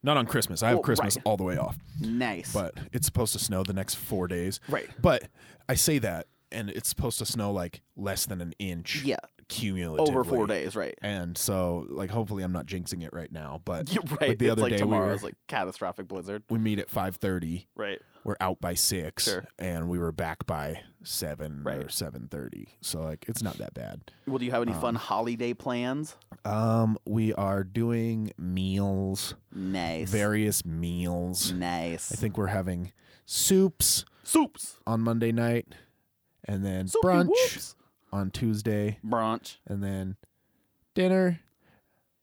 Not on Christmas. I have
Well,
Christmas
right.
all the way off,
nice.
but it's supposed to snow the next four days.
Right.
But I say that, and it's supposed to snow like less than an inch.
Yeah.
Cumulatively
Over four days, right?
And so, like, hopefully, I'm not jinxing it right now. But
You're right.
like the
it's
other
like
day, we
tomorrow
were
is like catastrophic blizzard.
we meet at 5.30
Right.
we're out by 6
Sure.
and we were back by 7 or
Right.
7.30 so like it's not that bad
Well, do you have any fun holiday plans?
um we are doing meals
Nice.
various meals
nice.
i think we're having soups
soups.
on monday night and then
Soupy
brunch
whoops.
on tuesday
Brunch.
and then dinner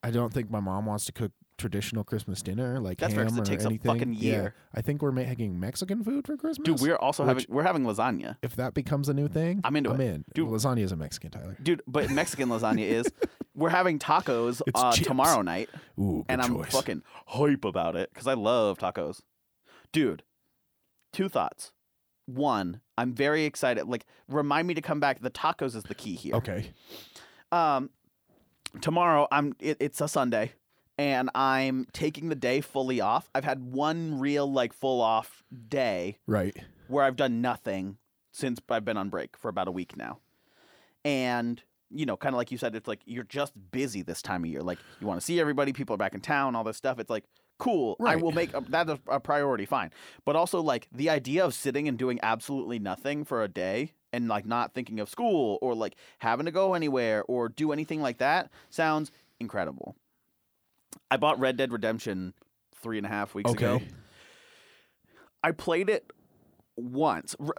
i don't think my mom wants to cook traditional christmas dinner like
That's fair,
ham
'cause it
or
takes a
anything
fucking
Yeah.
year.
i think we're making mexican food for christmas
Dude, we're also
Which-
having we're having lasagna.
if that becomes a new thing,
I'm into
I'm
it.
in.
Dude.
lasagna is a Mexican, Tyler.
Dude, but Mexican lasagna is. We're having tacos
It's
uh,
chips.
tomorrow night,
Ooh, good
and I'm
choice.
fucking hype about it because I love tacos. Dude, two thoughts. One, I'm very excited. Like, remind me to come back. The tacos is the key here.
okay.
um tomorrow i'm it, it's a sunday and i'm taking the day fully off i've had one real like full off day
Right.
where i've done nothing since i've been on break for about a week now and you know kind of like you said it's like you're just busy this time of year like you want to see everybody people are back in town all this stuff it's like cool i
Right.
will make a, that a, a priority fine but also like the idea of sitting and doing absolutely nothing for a day and like not thinking of school or like having to go anywhere or do anything like that sounds incredible i bought red dead redemption three and a half weeks ago
Okay.
I played it once. R-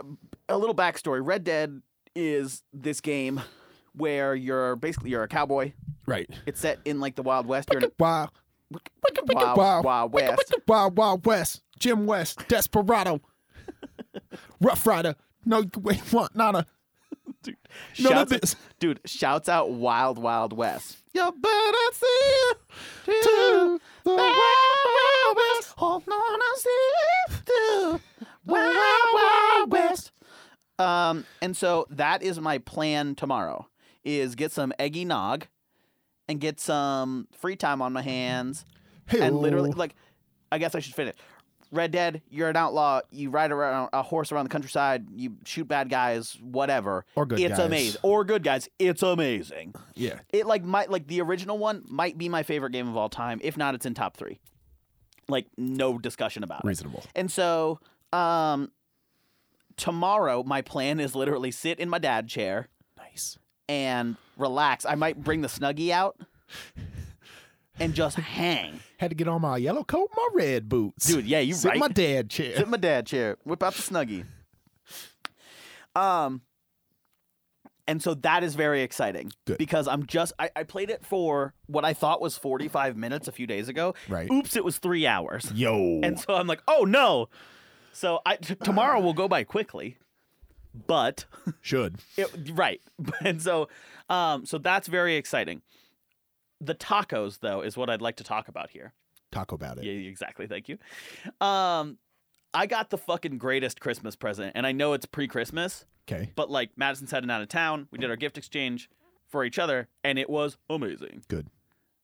a little backstory: Red Dead is this game where you're basically you're a cowboy.
Right.
It's set in like the Wild West. You're an,
Wow.
Wild, Wild West.
Wild Wild West. Jim West. Desperado. Rough Rider. No, you ain't want nada.
Dude,
None
shouts,
of this.
dude, shouts out Wild Wild West.
You better see to the Wild Wild West.
Hold on, I'll see you. Wild, wild west.
Um, and so that is my plan tomorrow: is get some eggy nog, and get some free time on my hands, and literally
Hey-o.
like, I guess I should finish. Red Dead, you're an outlaw. You ride around a horse around the countryside. You shoot bad guys, whatever.
Or good
it's
guys.
amazing. Or good guys. It's amazing.
Yeah.
it like might like the original one might be my favorite game of all time. If not, it's in top three. Like no discussion about it.
Reasonable.
And so, um, tomorrow my plan is literally sit in my dad chair
Nice.
and relax. I might bring the snuggie out and just hang.
Had to get on my yellow coat, my red boots.
Dude, yeah, you
Sit in
right.
my dad chair.
Sit in my dad chair. Whip out the snuggie. Um, and so that is very exciting
Good.
because I'm just I, I played it for what I thought was 45 minutes a few days ago.
Right.
Oops, it was three hours.
Yo.
And so I'm like, oh no. So I t- tomorrow will go by quickly, but
Should.
it, right. And so, um, so that's very exciting. The tacos, though, is what I'd like to talk about here.
Talk about it.
Yeah, exactly. Thank you. Um, I got the fucking greatest Christmas present, and I know it's pre-Christmas,
Okay.
but like Madison's heading out of town. We did our gift exchange for each other, and it was amazing.
Good.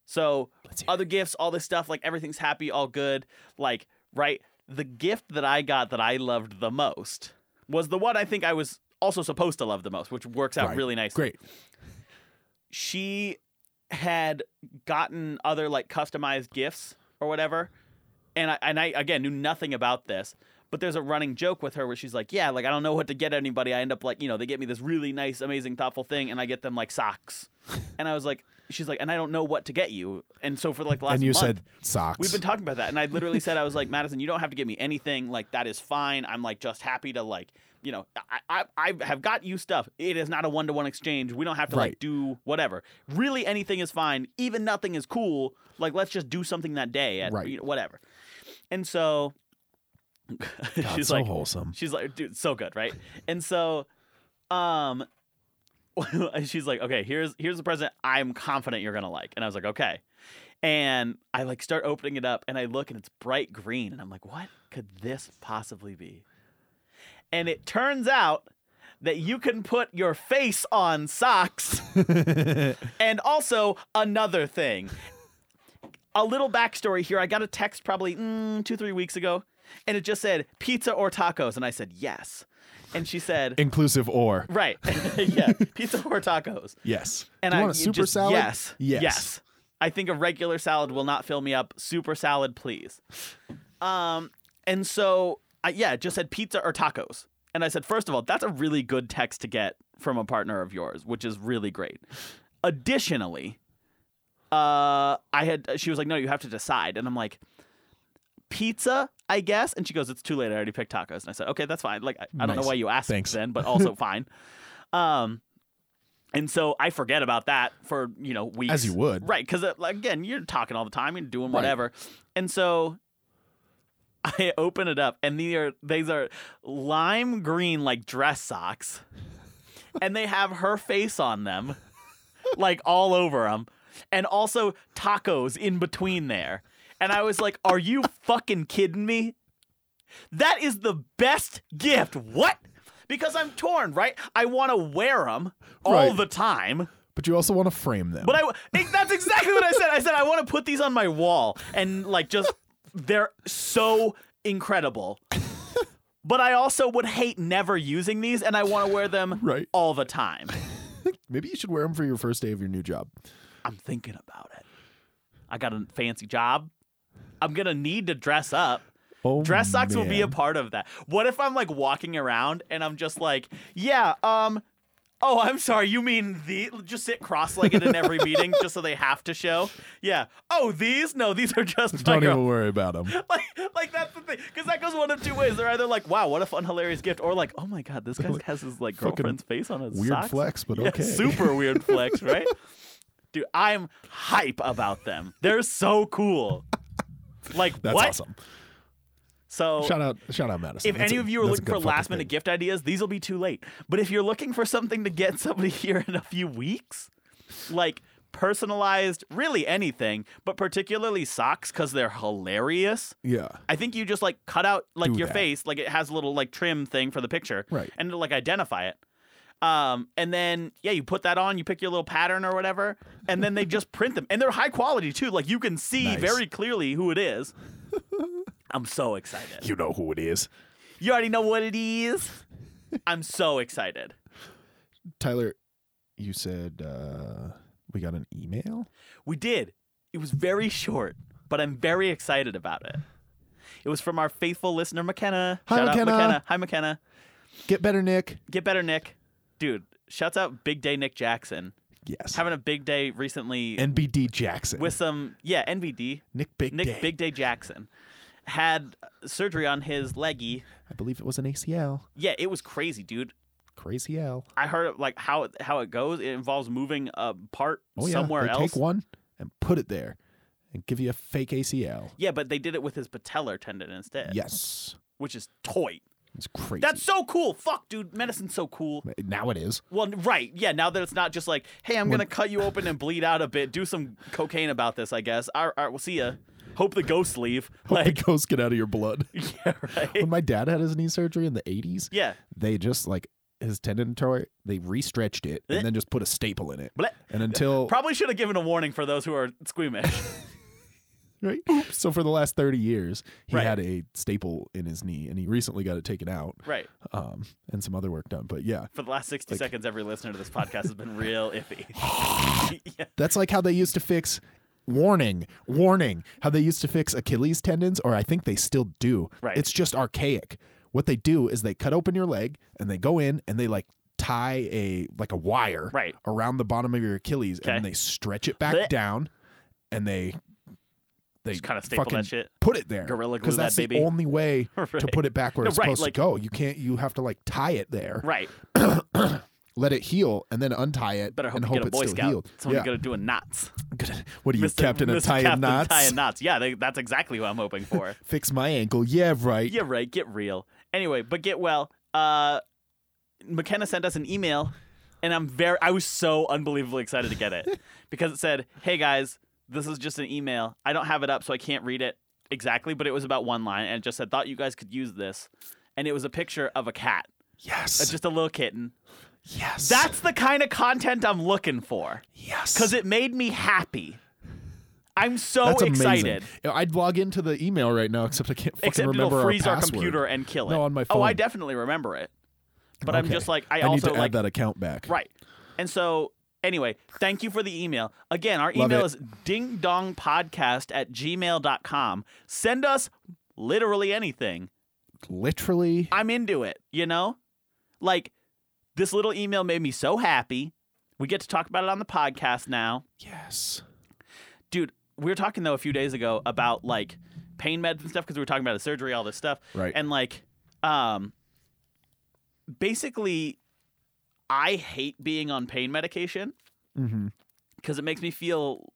So
Let's hear
other gifts, all this stuff, like everything's happy, all good. Like, right? The gift that I got that I loved the most was the one I think I was also supposed to love the most, which works out
Right.
really nicely.
Great.
She had gotten other like customized gifts or whatever. And I and I again knew nothing about this. But there's a running joke with her where she's like, Yeah, like I don't know what to get anybody. I end up like, you know, they get me this really nice, amazing, thoughtful thing, and I get them like socks. and I was like, She's like, and I don't know what to get you. And so for like the last
and you
month-
said socks.
We've been talking about that, and I literally said I was like, Madison, you don't have to give me anything. Like that is fine. I'm like just happy to like, you know, I I, I have got you stuff. It is not a one to one exchange. We don't have to like
Right.
do whatever. Really, anything is fine. Even nothing is cool. Like let's just do something that day. At,
Right.
you know, whatever. And so
God,
she's
so
like,
wholesome.
She's like, dude, so good, right? And so, um, she's like, okay, here's here's the present I'm confident you're gonna like, and I was like, okay, and I like start opening it up, and I look, and it's bright green, and I'm like, what could this possibly be? And it turns out that you can put your face on socks, and also another thing. A little backstory here. I got a text probably mm, two, three weeks ago, and it just said pizza or tacos, and I said yes, and she said.
Inclusive or.
Right. yeah. Pizza or tacos.
Yes.
And
Do you
I
want a
you
super
just-
salad?
Yes.
Yes.
Yes. I think a regular salad will not fill me up. Super salad, please. Um, and so I, yeah, it just said pizza or tacos. And I said, first of all, that's a really good text to get from a partner of yours, which is really great. Additionally, uh, I had she was like, no, you have to decide, and I'm like, pizza, I guess. And she goes, it's too late. I already picked tacos. And I said, okay, that's fine. Like, I, I don't know
Nice.
why you asked
Thanks.
then, but also fine. Um, and so I forget about that for you know weeks,
As you would.
right? Because again, you're talking all the time, you're doing whatever, and so I open it up, and these are these are lime green like dress socks, and they have her face on them, like all over them, and also tacos in between there. And I was like, "Are you fucking kidding me? That is the best gift. What?" Because I'm torn, right? I want to wear them all
Right.
the time.
But you also want to frame them.
But I, it- that's exactly what I said. I said I want to put these on my wall and like just they're so incredible. But I also would hate never using these, and I want to wear them
Right.
all the time.
Maybe you should wear them for your first day of your new job.
I'm thinking about it. I got a fancy job. I'm gonna need to dress up.
Oh,
Dress socks will be a
man.
part of that. What if I'm like walking around and I'm just like, yeah, um, oh, I'm sorry, you mean the? Just sit cross-legged in every meeting just so they have to show. Yeah. Oh, these? No, these are just
Don't
like,
even worry about them.
like, like that's the thing, because that goes one of two ways. They're either like, wow, what a fun, hilarious gift, or like, oh my god, this guy has his like
Fucking
girlfriend's face on his
Weird
socks.
flex, but
Yeah,
okay.
super weird flex, right? Dude, I'm hype about them. They're so cool. Like
That's
what?
awesome.
So
Shout out, shout out, Madison.
if
That's
any
a-
of you are
that's a
looking
good
for
fucking
last minute
thing.
gift ideas, these will be too late. But if you're looking for something to get somebody here in a few weeks, like personalized, really anything, but particularly socks because they're hilarious.
yeah,
I think you just like cut out like
Do
your
that.
face, like it has a little like trim thing for the picture,
Right.
And it'll, like identify it. Um, and then yeah, you put that on, you pick your little pattern or whatever, and then they just print them, and they're high quality too. Like you can see
Nice.
very clearly who it is. I'm so excited.
you know who it is.
You already know what it is. I'm so excited.
Tyler, you said uh, we got an email.
We did. It was very short, but I'm very excited about it. It was from our faithful listener McKenna.
Hi,
Shout
McKenna.
out McKenna. Hi McKenna.
Get better, Nick.
Get better, Nick. Dude, shouts out Big Day Nick Jackson.
Yes.
Having a big day recently
NBD Jackson
with some, yeah, NVD.
Nick Big
Nick
Day.
Big Day Jackson had surgery on his leggy.
I believe it was an ACL.
Yeah, it was crazy, dude.
Crazy L.
I heard like how it- how it goes. It involves moving a part
Oh yeah.
somewhere
they
else.
Take one and put it there, and give you a fake ACL.
Yeah, but they did it with his patellar tendon instead.
Yes.
which is toy.
It's crazy.
That's so cool. Fuck, dude, medicine's so cool.
now it is.
Well, right, yeah. Now that it's not just like, hey, I'm gonna cut you open and bleed out a bit. Do some cocaine about this, I guess. All right, all right we'll see ya. Hope the ghosts leave.
The
Like,
ghosts get out of your blood.
yeah, right.
when my dad had his knee surgery in the 80s,
Yeah.
they just like his tendon tore, they restretched it
Eh.
and then just put a staple in it.
Blech.
And until
Probably should have given a warning for those who are squeamish.
right? So for the last 30 years, he
Right.
had a staple in his knee and he recently got it taken out
right.
um, and some other work done. But yeah,
For the last 60 seconds, every listener to this podcast has been real iffy. yeah.
that's like how they used to fix warning, warning, how they used to fix Achilles tendons or I think they still do.
Right.
It's just archaic. What they do is they cut open your leg and they go in and they like tie a like a wire
Right.
around the bottom of your Achilles and then
Okay.
they stretch it back
Blech.
down and they they
Just kinda staple that
fucking
shit.
Put it there.
Gorilla glue
Because that's
that
the
baby.
only way to
Right.
put it back where
No,
it's
right,
supposed
like-
to go. You can't you have to like tie it there.
Right.
Let it heal and then untie it
Better hope
and
you
hope
get a
it's
Boy
still
Scout.
healed.
Someone
yeah.
good at doing knots.
Good. What are you,
Mr.
Captain
Mr.
of Tie
Captain
and Knots?
Tying knots. Yeah, they, that's exactly who I'm hoping for.
Fix my ankle. Yeah, right.
Yeah, right. Get real. Anyway, but get well. Uh, McKenna sent us an email, and I'm very, I was so unbelievably excited to get it because it said, "Hey guys, this is just an email. I don't have it up, so I can't read it exactly, but it was about one line, and it just said, thought you guys could use this." And it was a picture of a cat, uh,
Yes.
just a little kitten.
yes.
That's the kind of content I'm looking for
yes.
because it made me happy. I'm so
That's amazing.
excited.
You know, I'd log into the email right now, except I can't fucking
Except
remember
it'll freeze our,
password.
computer and kill it.
No, on my
Oh, I
phone.
definitely remember it. But I'm
Okay.
just like I,
I, need
also
to
like
add that account back.
right. And so anyway, thank you for the email. Again, our
Love
email
it.
is dingdongpodcast at gmail.com. Send us literally anything.
Literally.
I'm into it, you know? Like this little email made me so happy. We get to talk about it on the podcast now.
Yes.
Dude, we were talking though a few days ago about like pain meds and stuff because we were talking about his surgery, all this stuff.
Right.
and like um basically i hate being on pain medication because it makes me feel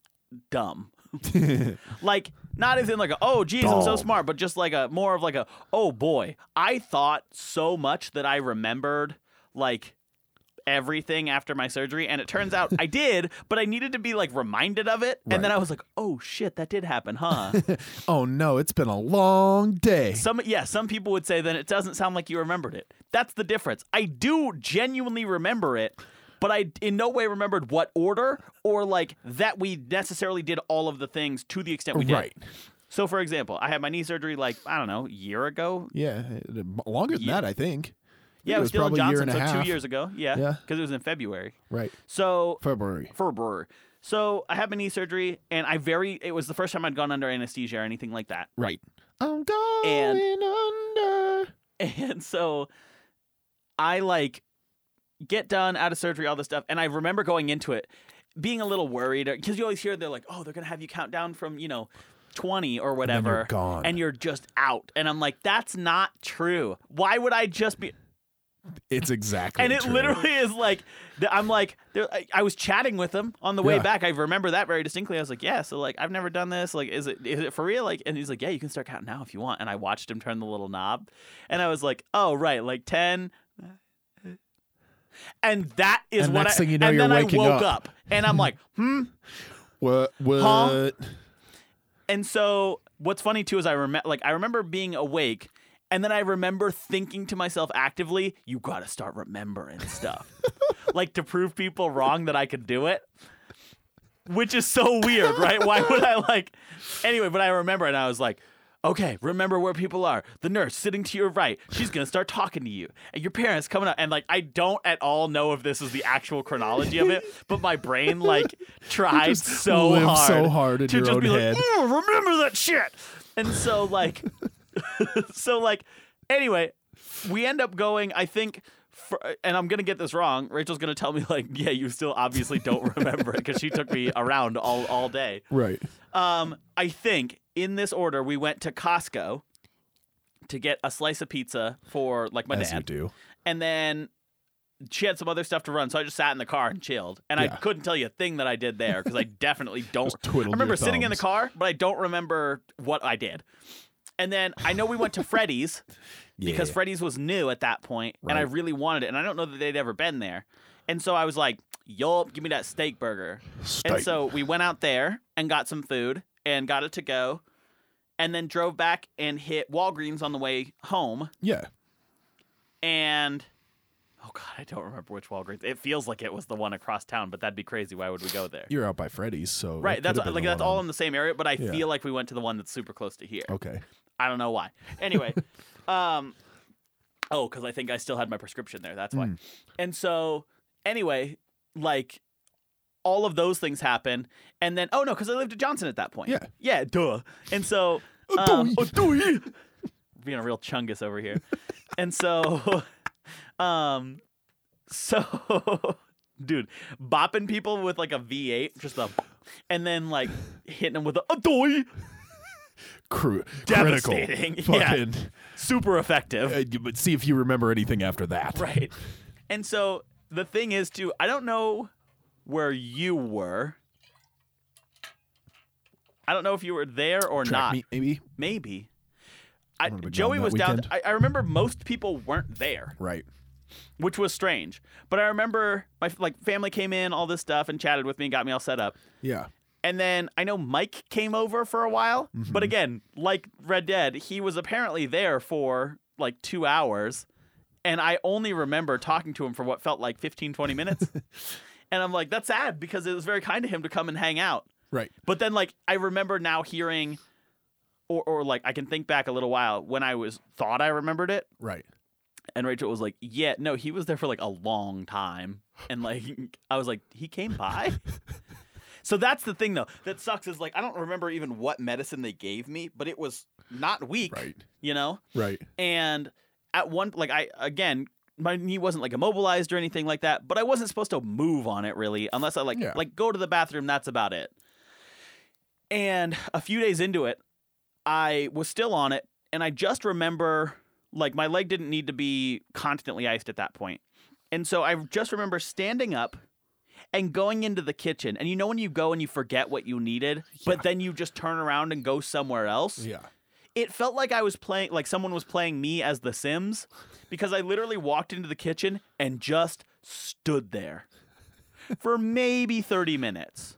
dumb
mm-hmm.
like not as in like a, oh geez i'm so
Dumb.
smart but just like a more of like a oh boy i thought so much that i remembered like everything after my surgery and it turns out i did but i needed to be like reminded of it and then i was like oh shit that did happen huh
oh no, it's been a long day.
Some yeah, some people would say then it doesn't sound like you remembered it. That's the difference. I do genuinely remember it, but I in no way remembered what order or like that we necessarily did all of the things to the extent we did.
right.
So for example, I had my knee surgery like, I don't know, a year ago.
Yeah. it- Longer than that, I think.
Yeah,
it
it was
was
Dylan
probably a year
Johnson,
and a
so two
half.
years ago. Yeah.
Yeah.
Because it was in February.
Right.
So
February.
February. So I had my knee surgery and I very it was the first time I'd gone under anesthesia or anything like that.
Right. I'm going
And-
under.
And so I like get done out of surgery, all this stuff. And I remember going into it being a little worried because you always hear they're like, oh, they're going to have you count down from, you know, 20 or
then
whatever.
you're gone.
And you're just out. And I'm like, that's not true. Why would I just be.
It's exactly
and it
true.
literally is like th- I'm like there, I, I was chatting with him on the way
Yeah.
back. I remember that very distinctly. I was like, yeah, so like I've never done this. Like, is it is it for real? Like, and he's like, yeah, you can start counting now if you want. And I watched him turn the little knob, and I was like, oh right, like ten. And that is
And
what
next
I.
thing you know,
and
you're
then
waking
I woke
up.
up. and I'm like, hmm.
What? What?
Huh? And so what's funny too is I remember like I remember being awake. And then I remember thinking to myself actively, you gotta start remembering stuff. like to prove people wrong that I could do it. Which is so weird, right? Why would I like anyway, but I remember and I was like, okay, remember where people are. The nurse sitting to your right, she's gonna start talking to you. And your parents coming up. And like I don't at all know if this is the actual chronology of it, but my brain like tried
just
so
live
hard,
so hard in
to
your
just
own
be
head.
like, "Mm, remember that shit. And so like so like anyway we end up going i think for, and i'm gonna get this wrong rachel's gonna tell me like yeah you still obviously don't remember it because she took me around all, all day
Right.
um i think in this order we went to costco to get a slice of pizza for like my
As you
dad
do.
and then she had some other stuff to run, so I just sat in the car and chilled. And
Yeah.
I couldn't tell you a thing that I did there because I definitely don't.
Just
I
twiddled your
remember sitting in the
thumbs.
car, but I don't remember what I did. And then I know we went to Freddy's
Yeah.
because Freddy's was new at that point, and I
Right.
really wanted it, and I don't know that they'd ever been there. And so I was like, "Yup, give me that steak burger." And so we went out there and got some food and got it to go, and then drove back and hit Walgreens on the way home
yeah.
and oh god, I don't remember which Walgreens. It feels like it was the one across town, but that'd be crazy. Why would we go there?
You're out by Freddy's, so
right,
that
that's
could have been
like
the
that's
one
all
on-
in the same area, but I
Yeah.
feel like we went to the one that's super close to here.
Okay.
I don't know why. Anyway, um, oh, because I think I still had my prescription there. That's why. And so, anyway, like all of those things happen, and then oh no, because I lived at Johnson at that point.
Yeah.
yeah, duh. And so, um, being a real chungus over here. and so um so dude, bopping people with like a V8 just a and then like hitting them with a adoy,
Cru-
Devastating,
Critical.
yeah.
Fucking.
super effective.
Uh, you- but see if you remember anything after that.
Right. And so the thing is too, I don't know where you were. I don't know if you were there or
Track
not.
meet, maybe.
Maybe. I,
would've been gone
Joey
that
was down.
weekend.
I, I remember most people weren't there.
Right.
which was strange. But I remember my like family came in, all this stuff, and chatted with me, and got me all set up.
Yeah.
And then I know Mike came over for a while, but again, like Red Dead, he was apparently there for like two hours, and I only remember talking to him for what felt like 15, 20 minutes. and I'm like, that's sad because it was very kind of him to come and hang out.
Right.
But then like I remember now hearing. Or, or like I can think back a little while when I was thought I remembered it,
Right.
and Rachel was like, "Yeah, no, he was there for like a long time." And like I was like, "He came by?" so that's the thing though. That sucks is like I don't remember even what medicine they gave me, but it was not weak,
Right.
you know?
Right.
And at one like I again my knee wasn't like immobilized or anything like that, but I wasn't supposed to move on it really unless I like
Yeah.
like go to the bathroom, that's about it. And a few days into it, I was still on it and I just remember like my leg didn't need to be constantly iced at that point. And so I just remember standing up and going into the kitchen. And you know when you go and you forget what you needed, but then you just turn around and go somewhere else?
Yeah.
it felt like I was playing, like someone was playing me as The Sims, because I literally walked into the kitchen and just stood there for maybe 30 minutes.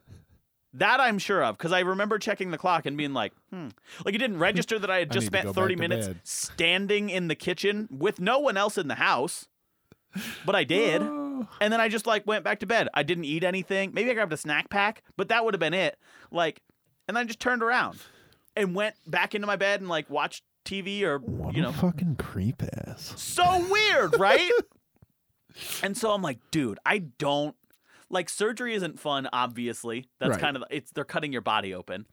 That I'm sure of, because I remember checking the clock and being like, hmm. Like it didn't register that I had
I
just
need to
spent
go
30
back to
minutes
bed.
standing in the kitchen with no one else in the house, but I did.
Oh,
And then I just like went back to bed. I didn't eat anything. Maybe I grabbed a snack pack, but that would have been it. Like, and then I just turned around and went back into my bed and like watched TV or you know
fucking creep ass.
so weird, right? and so I'm like, dude, I don't like surgery isn't fun obviously. That's
Right.
kind of it's they're cutting your body open.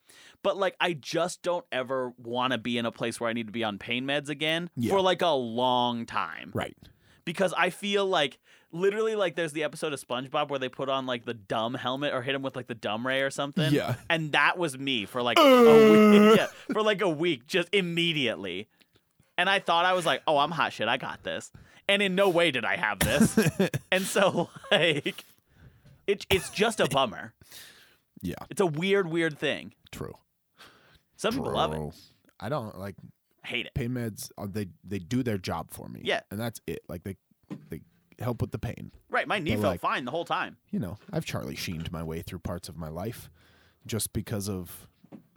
But like I just don't ever want to be in a place where I need to be on pain meds again
Yeah.
for like a long time
Right.
because I feel like literally like there's the episode of SpongeBob where they put on like the dumb helmet or hit him with like the dumb ray or something.
Yeah.
And that was me for like a week. Yeah, for like a week just immediately. And I thought I was like, "Oh, I'm hot shit. I got this." and in no way did I have this. and so like it, it's just a bummer.
Yeah.
It's a weird, weird thing.
True.
Some people love it.
True. I don't like
Hate it.
pain meds. uh, They they do their job for me.
Yeah.
and that's it. Like they they help with the pain.
Right. My knee
But,
felt
like-
fine the whole time.
You know, I've Charlie Sheened my way through parts of my life just because of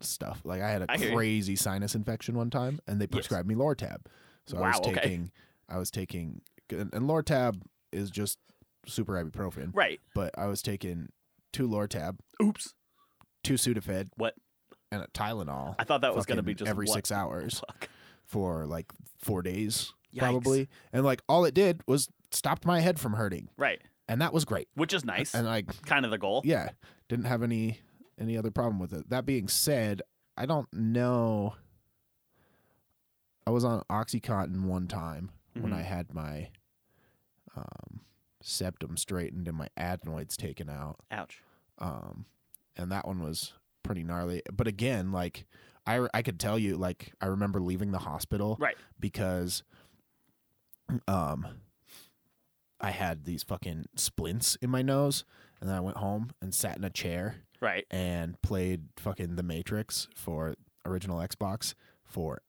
stuff. Like I had a
I hear you.
crazy sinus infection one time, and they prescribed me Lortab. So I was
Wow, okay.
taking, I was taking, and, and Lortab is just super ibuprofen.
Right.
But I was taking two Lortab,
Oops.
two Sudafed,
What?
and a Tylenol.
I thought that was gonna
fucking
be just
every
what
six hours
Fuck.
for like four days,
Yikes.
probably. And like all it did was stopped my head from hurting,
Right.
and that was great.
Which is nice.
And like,
kind of the goal.
yeah, didn't have any any other problem with it. That being said, I don't know. I was on OxyContin one time when
Mhm.
I had my um, septum straightened and my adenoids taken out
Ouch.
um, and that one was pretty gnarly. But again, like I, I could tell you, like I remember leaving the hospital,
Right.
Because, um, I had these fucking splints in my nose, and then I went home and sat in a chair
Right.
and played fucking The Matrix for original Xbox for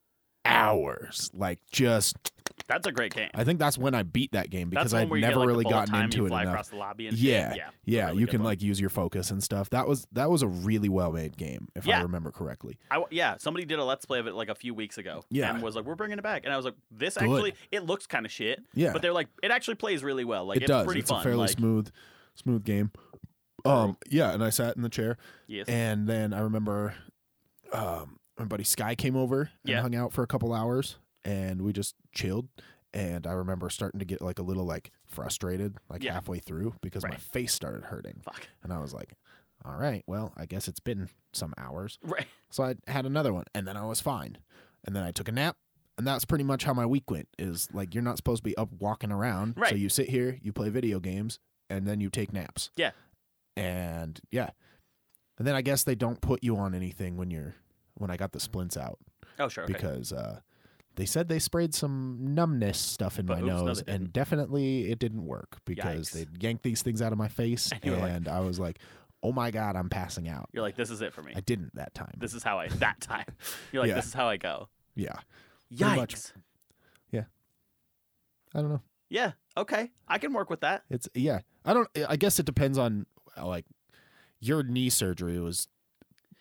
hours, like just.
That's a great game.
I think that's when I beat that game because
That's one
I'd
where you get,
never
like, the
really
bullet
gotten
time,
into
you
it
fly
enough.
across the lobby and shit. yeah,
Yeah,
it's
yeah,
a really
you
good
can
one.
like use your focus and stuff. That was that was a really well made game, if
Yeah.
I remember correctly.
I w yeah, somebody did a let's play of it like a few weeks ago.
Yeah.
and was like, "We're bringing it back," and I was like, "This
Good.
actually, it looks kind of shit."
Yeah.
but they're like, "It actually plays really well. Like,
it
it's
does.
pretty
it's
fun."
a fairly
like,
smooth, smooth game. Um, yeah, and I sat in the chair,
yes,
and then I remember, um, my buddy Sky came over and
Yeah.
hung out for a couple hours, and we just chilled. And I remember starting to get like a little like frustrated, like
Yeah.
halfway through, because my
Right.
face started hurting,
fuck,
and I was like, "All right, well, I guess it's been some hours."
right,
So I had another one, and then I was fine. And then I took a nap, and that's pretty much how my week went. Is like you're not supposed to be up walking around, so
Right.
you sit here, you play video games, and then you take naps.
Yeah.
and yeah, and then I guess they don't put you on anything when you're when I got the splints out
oh sure, okay.
because uh, they said they sprayed some numbness stuff in
But
my
oops, no,
nose,
they
and
didn't.
definitely it didn't work because
Yikes.
they yanked these things out of my face,
And you
and,
were like-
I was like, oh my god, I'm passing out.
you're like, "This is it for me.
I didn't that time.
This is how I that time." You're like,
Yeah.
"This is how I go."
yeah.
Yikes.
Pretty much. I don't know.
Yeah. Okay. I can work with that.
It's yeah. I don't. I guess it depends on uh, like your knee surgery was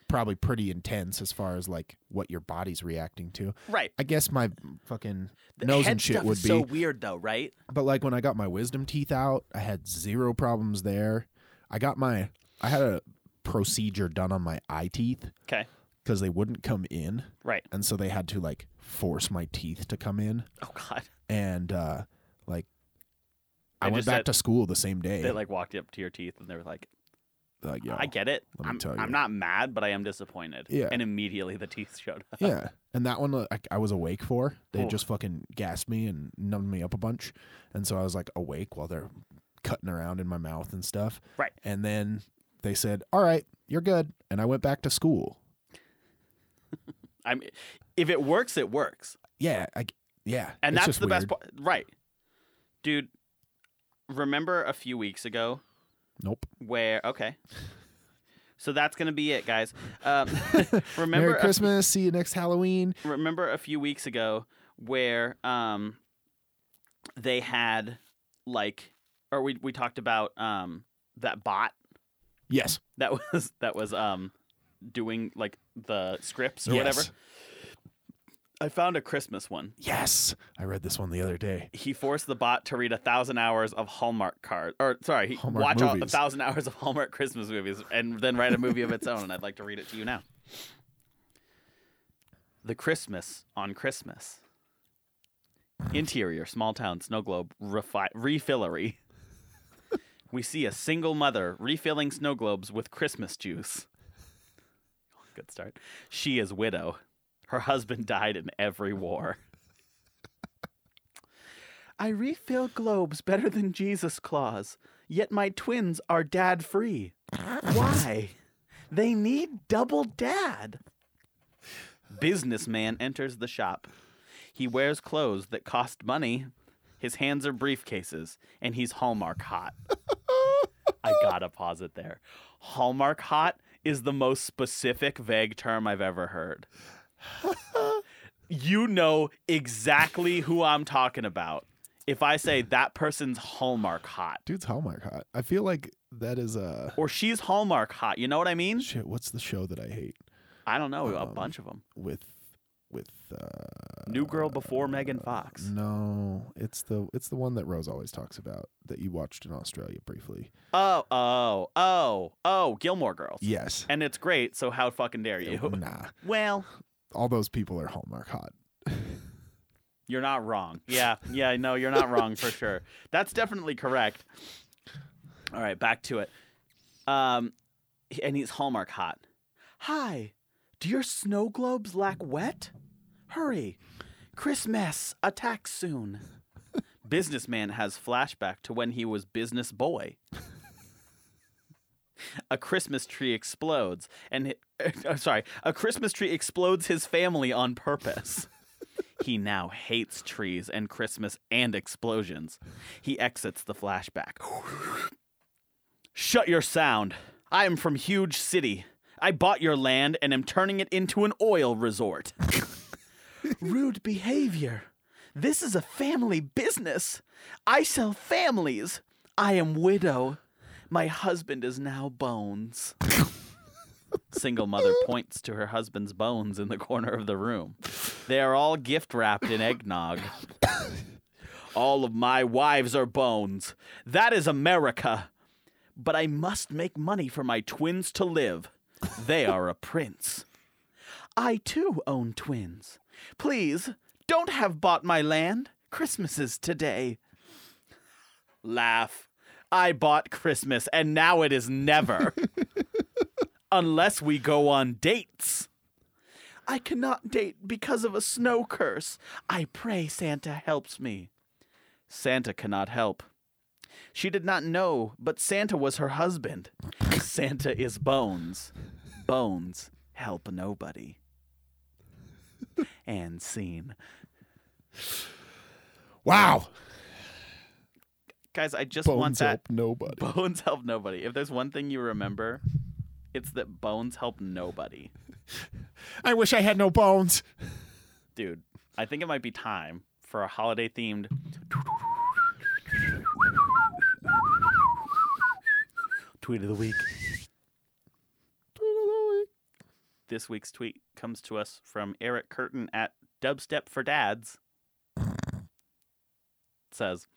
probably pretty intense as far as like what your body's reacting to.
Right.
I guess my fucking
The
nose
head
and shit
stuff
would
is
be.
so weird though, right?
but like when I got my wisdom teeth out, I had zero problems there. I got my. I had a procedure done on my eye teeth.
'Kay.
Because they wouldn't come in,
Right.
and so they had to like force my teeth to come in,
Oh god.
and uh like. I
They
went
just
back
said-
to school the same day.
They like walked up to your teeth and they were like,
like, yo.
"I get it.
let me
I'm,
tell you."
I'm not mad, but I am disappointed."
Yeah.
And immediately the teeth showed up.
Yeah. And that one, uh, I, I was awake for. They
Oof.
just fucking gassed me and numbed me up a bunch. And so I was like awake while they're cutting around in my mouth and stuff.
Right.
And then they said, all right, you're good. And I went back to school.
I'm. If it works, it works.
Yeah. I, yeah.
And
it's
that's
just
the best
weird.
part. Right. Dude, remember a few weeks ago
Nope.
where. Okay. So that's going to be it, guys. Um, remember,
Merry Christmas. See you next Halloween.
A, remember a few weeks ago where um, they had, like, or we, we talked about um, that bot
Yes.
that was that was um doing like the scripts or whatever
Yes.
i found a christmas one
Yes. I read this one the other day.
he forced the bot to read a thousand hours of Hallmark cards, or sorry, he
Hallmark
watch all, a
movies.
thousand hours of Hallmark Christmas movies, and then write a movie of its own. And I'd like to read it to you now. The Christmas on Christmas. Interior, small town, snow globe, refi- refillery. We see a single mother refilling snow globes with Christmas juice. Good start. She is widow. Her husband died in every war. I refill globes better than Jesus Claus, yet my twins are dad free. Why? They need double dad. Businessman enters the shop. He wears clothes that cost money His hands are briefcases, and he's Hallmark hot. I gotta pause it there. Hallmark hot is the most specific, vague term I've ever heard. you know exactly who I'm talking about if I say that person's Hallmark hot
Dude's Hallmark hot. I feel like that is a
or she's Hallmark hot. You know what I mean?
shit. What's the show that I hate
I don't know. a
Um,
bunch of them.
with with uh
New Girl before Megan Fox.
No, it's the it's the one that Rose always talks about that you watched in Australia briefly.
Oh, oh, oh, oh, Gilmore Girls.
Yes.
And it's great, so how fucking dare you?
Nah,
Well,
all those people are Hallmark hot.
you're not wrong. Yeah, yeah, no, you're not wrong for sure. That's definitely correct. All right, back to it. Um, he- and he's Hallmark hot. Hi, do your snow globes lack wet? Hurry, Christmas attacks soon. Businessman has flashback to when he was business boy. a Christmas tree explodes, and hi- sorry, a Christmas tree explodes his family on purpose. He now hates trees and Christmas and explosions. He exits the flashback. Shut your sound. I am from Huge City. I bought your land and am turning it into an oil resort. Rude behavior. This is a family business. I sell families. I am widow. My husband is now bones. Single mother points to her husband's bones in the corner of the room. They are all gift wrapped in eggnog. all of my wives are bones. That is America. But I must make money for my twins to live. They are a prince. I too own twins. Please don't have bought my land. Christmas is today. Laugh. I bought Christmas and now it is never. Unless we go on dates. I cannot date because of a snow curse. I pray Santa helps me. Santa cannot help. She did not know, but Santa was her husband. Santa is Bones. Bones help nobody. And scene.
Wow.
Guys, I just want
Bones
that.
help nobody.
Bones help nobody. If there's one thing you remember, it's that bones help nobody.
I wish I had no bones.
Dude, I think it might be time for a holiday themed. Tweet of the week. This week's tweet comes to us from Eric Curtin at Dubstep for Dads. It says,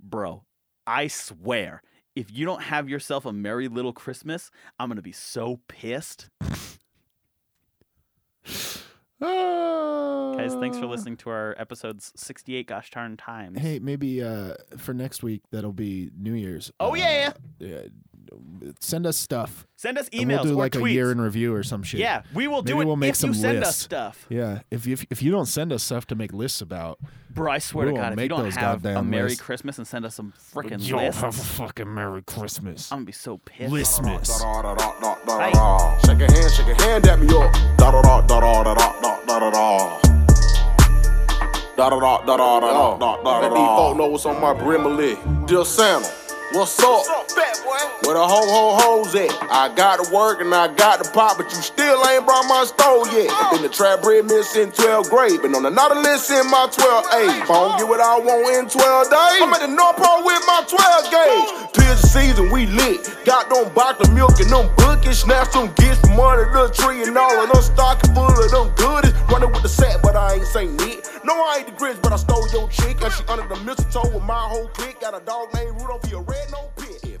Bro, I swear, if you don't have yourself a merry little Christmas, I'm going to be so pissed.
Ah.
Guys, thanks for listening to our episodes 68 gosh darn times.
Hey, maybe uh, for next week that'll be New Year's.
Oh,
Uh,
yeah.
yeah. Send us stuff.
Send us
and
emails
we'll do
or
like
tweets.
a year in review or some shit.
yeah, we will do
Maybe
it
we'll make
if
some
you send us
lists.
stuff.
Yeah. If if if you don't send us stuff to make lists about,
Bro, I swear
We
to
will
God, if you
make
don't
those
have a
goddamn
Merry
lists.
Christmas and send us some freaking
Yo,
lists,
have a fucking Merry Christmas.
I'm going to be so pissed.
Listmas.
Da-da-da-da-da-da-da. Shake a hand, shake a hand at me up. Da da da da da da da da da da. Da da da da da da da da da. folk know what's on my brimley. Dear Santa, what's up? Where the ho ho hoes at? I got to work and I got to pop, but you still ain't brought my stove yet. Been the trap bread missing 12 grade, been on another list in my 12 A. If I don't get what I want in 12 days, I'm at the North Pole with my 12 gauge. Tis the season, we lit. Got them box of milk and them bookies. Snatch them gifts from under the tree and all of them stocking full of them goodies. Running with the sack, but I ain't saying it. No, I ain't the grits, but I stole your chick. And she under the mistletoe with my whole clique. Got a dog named Rudolph, he a red no pit.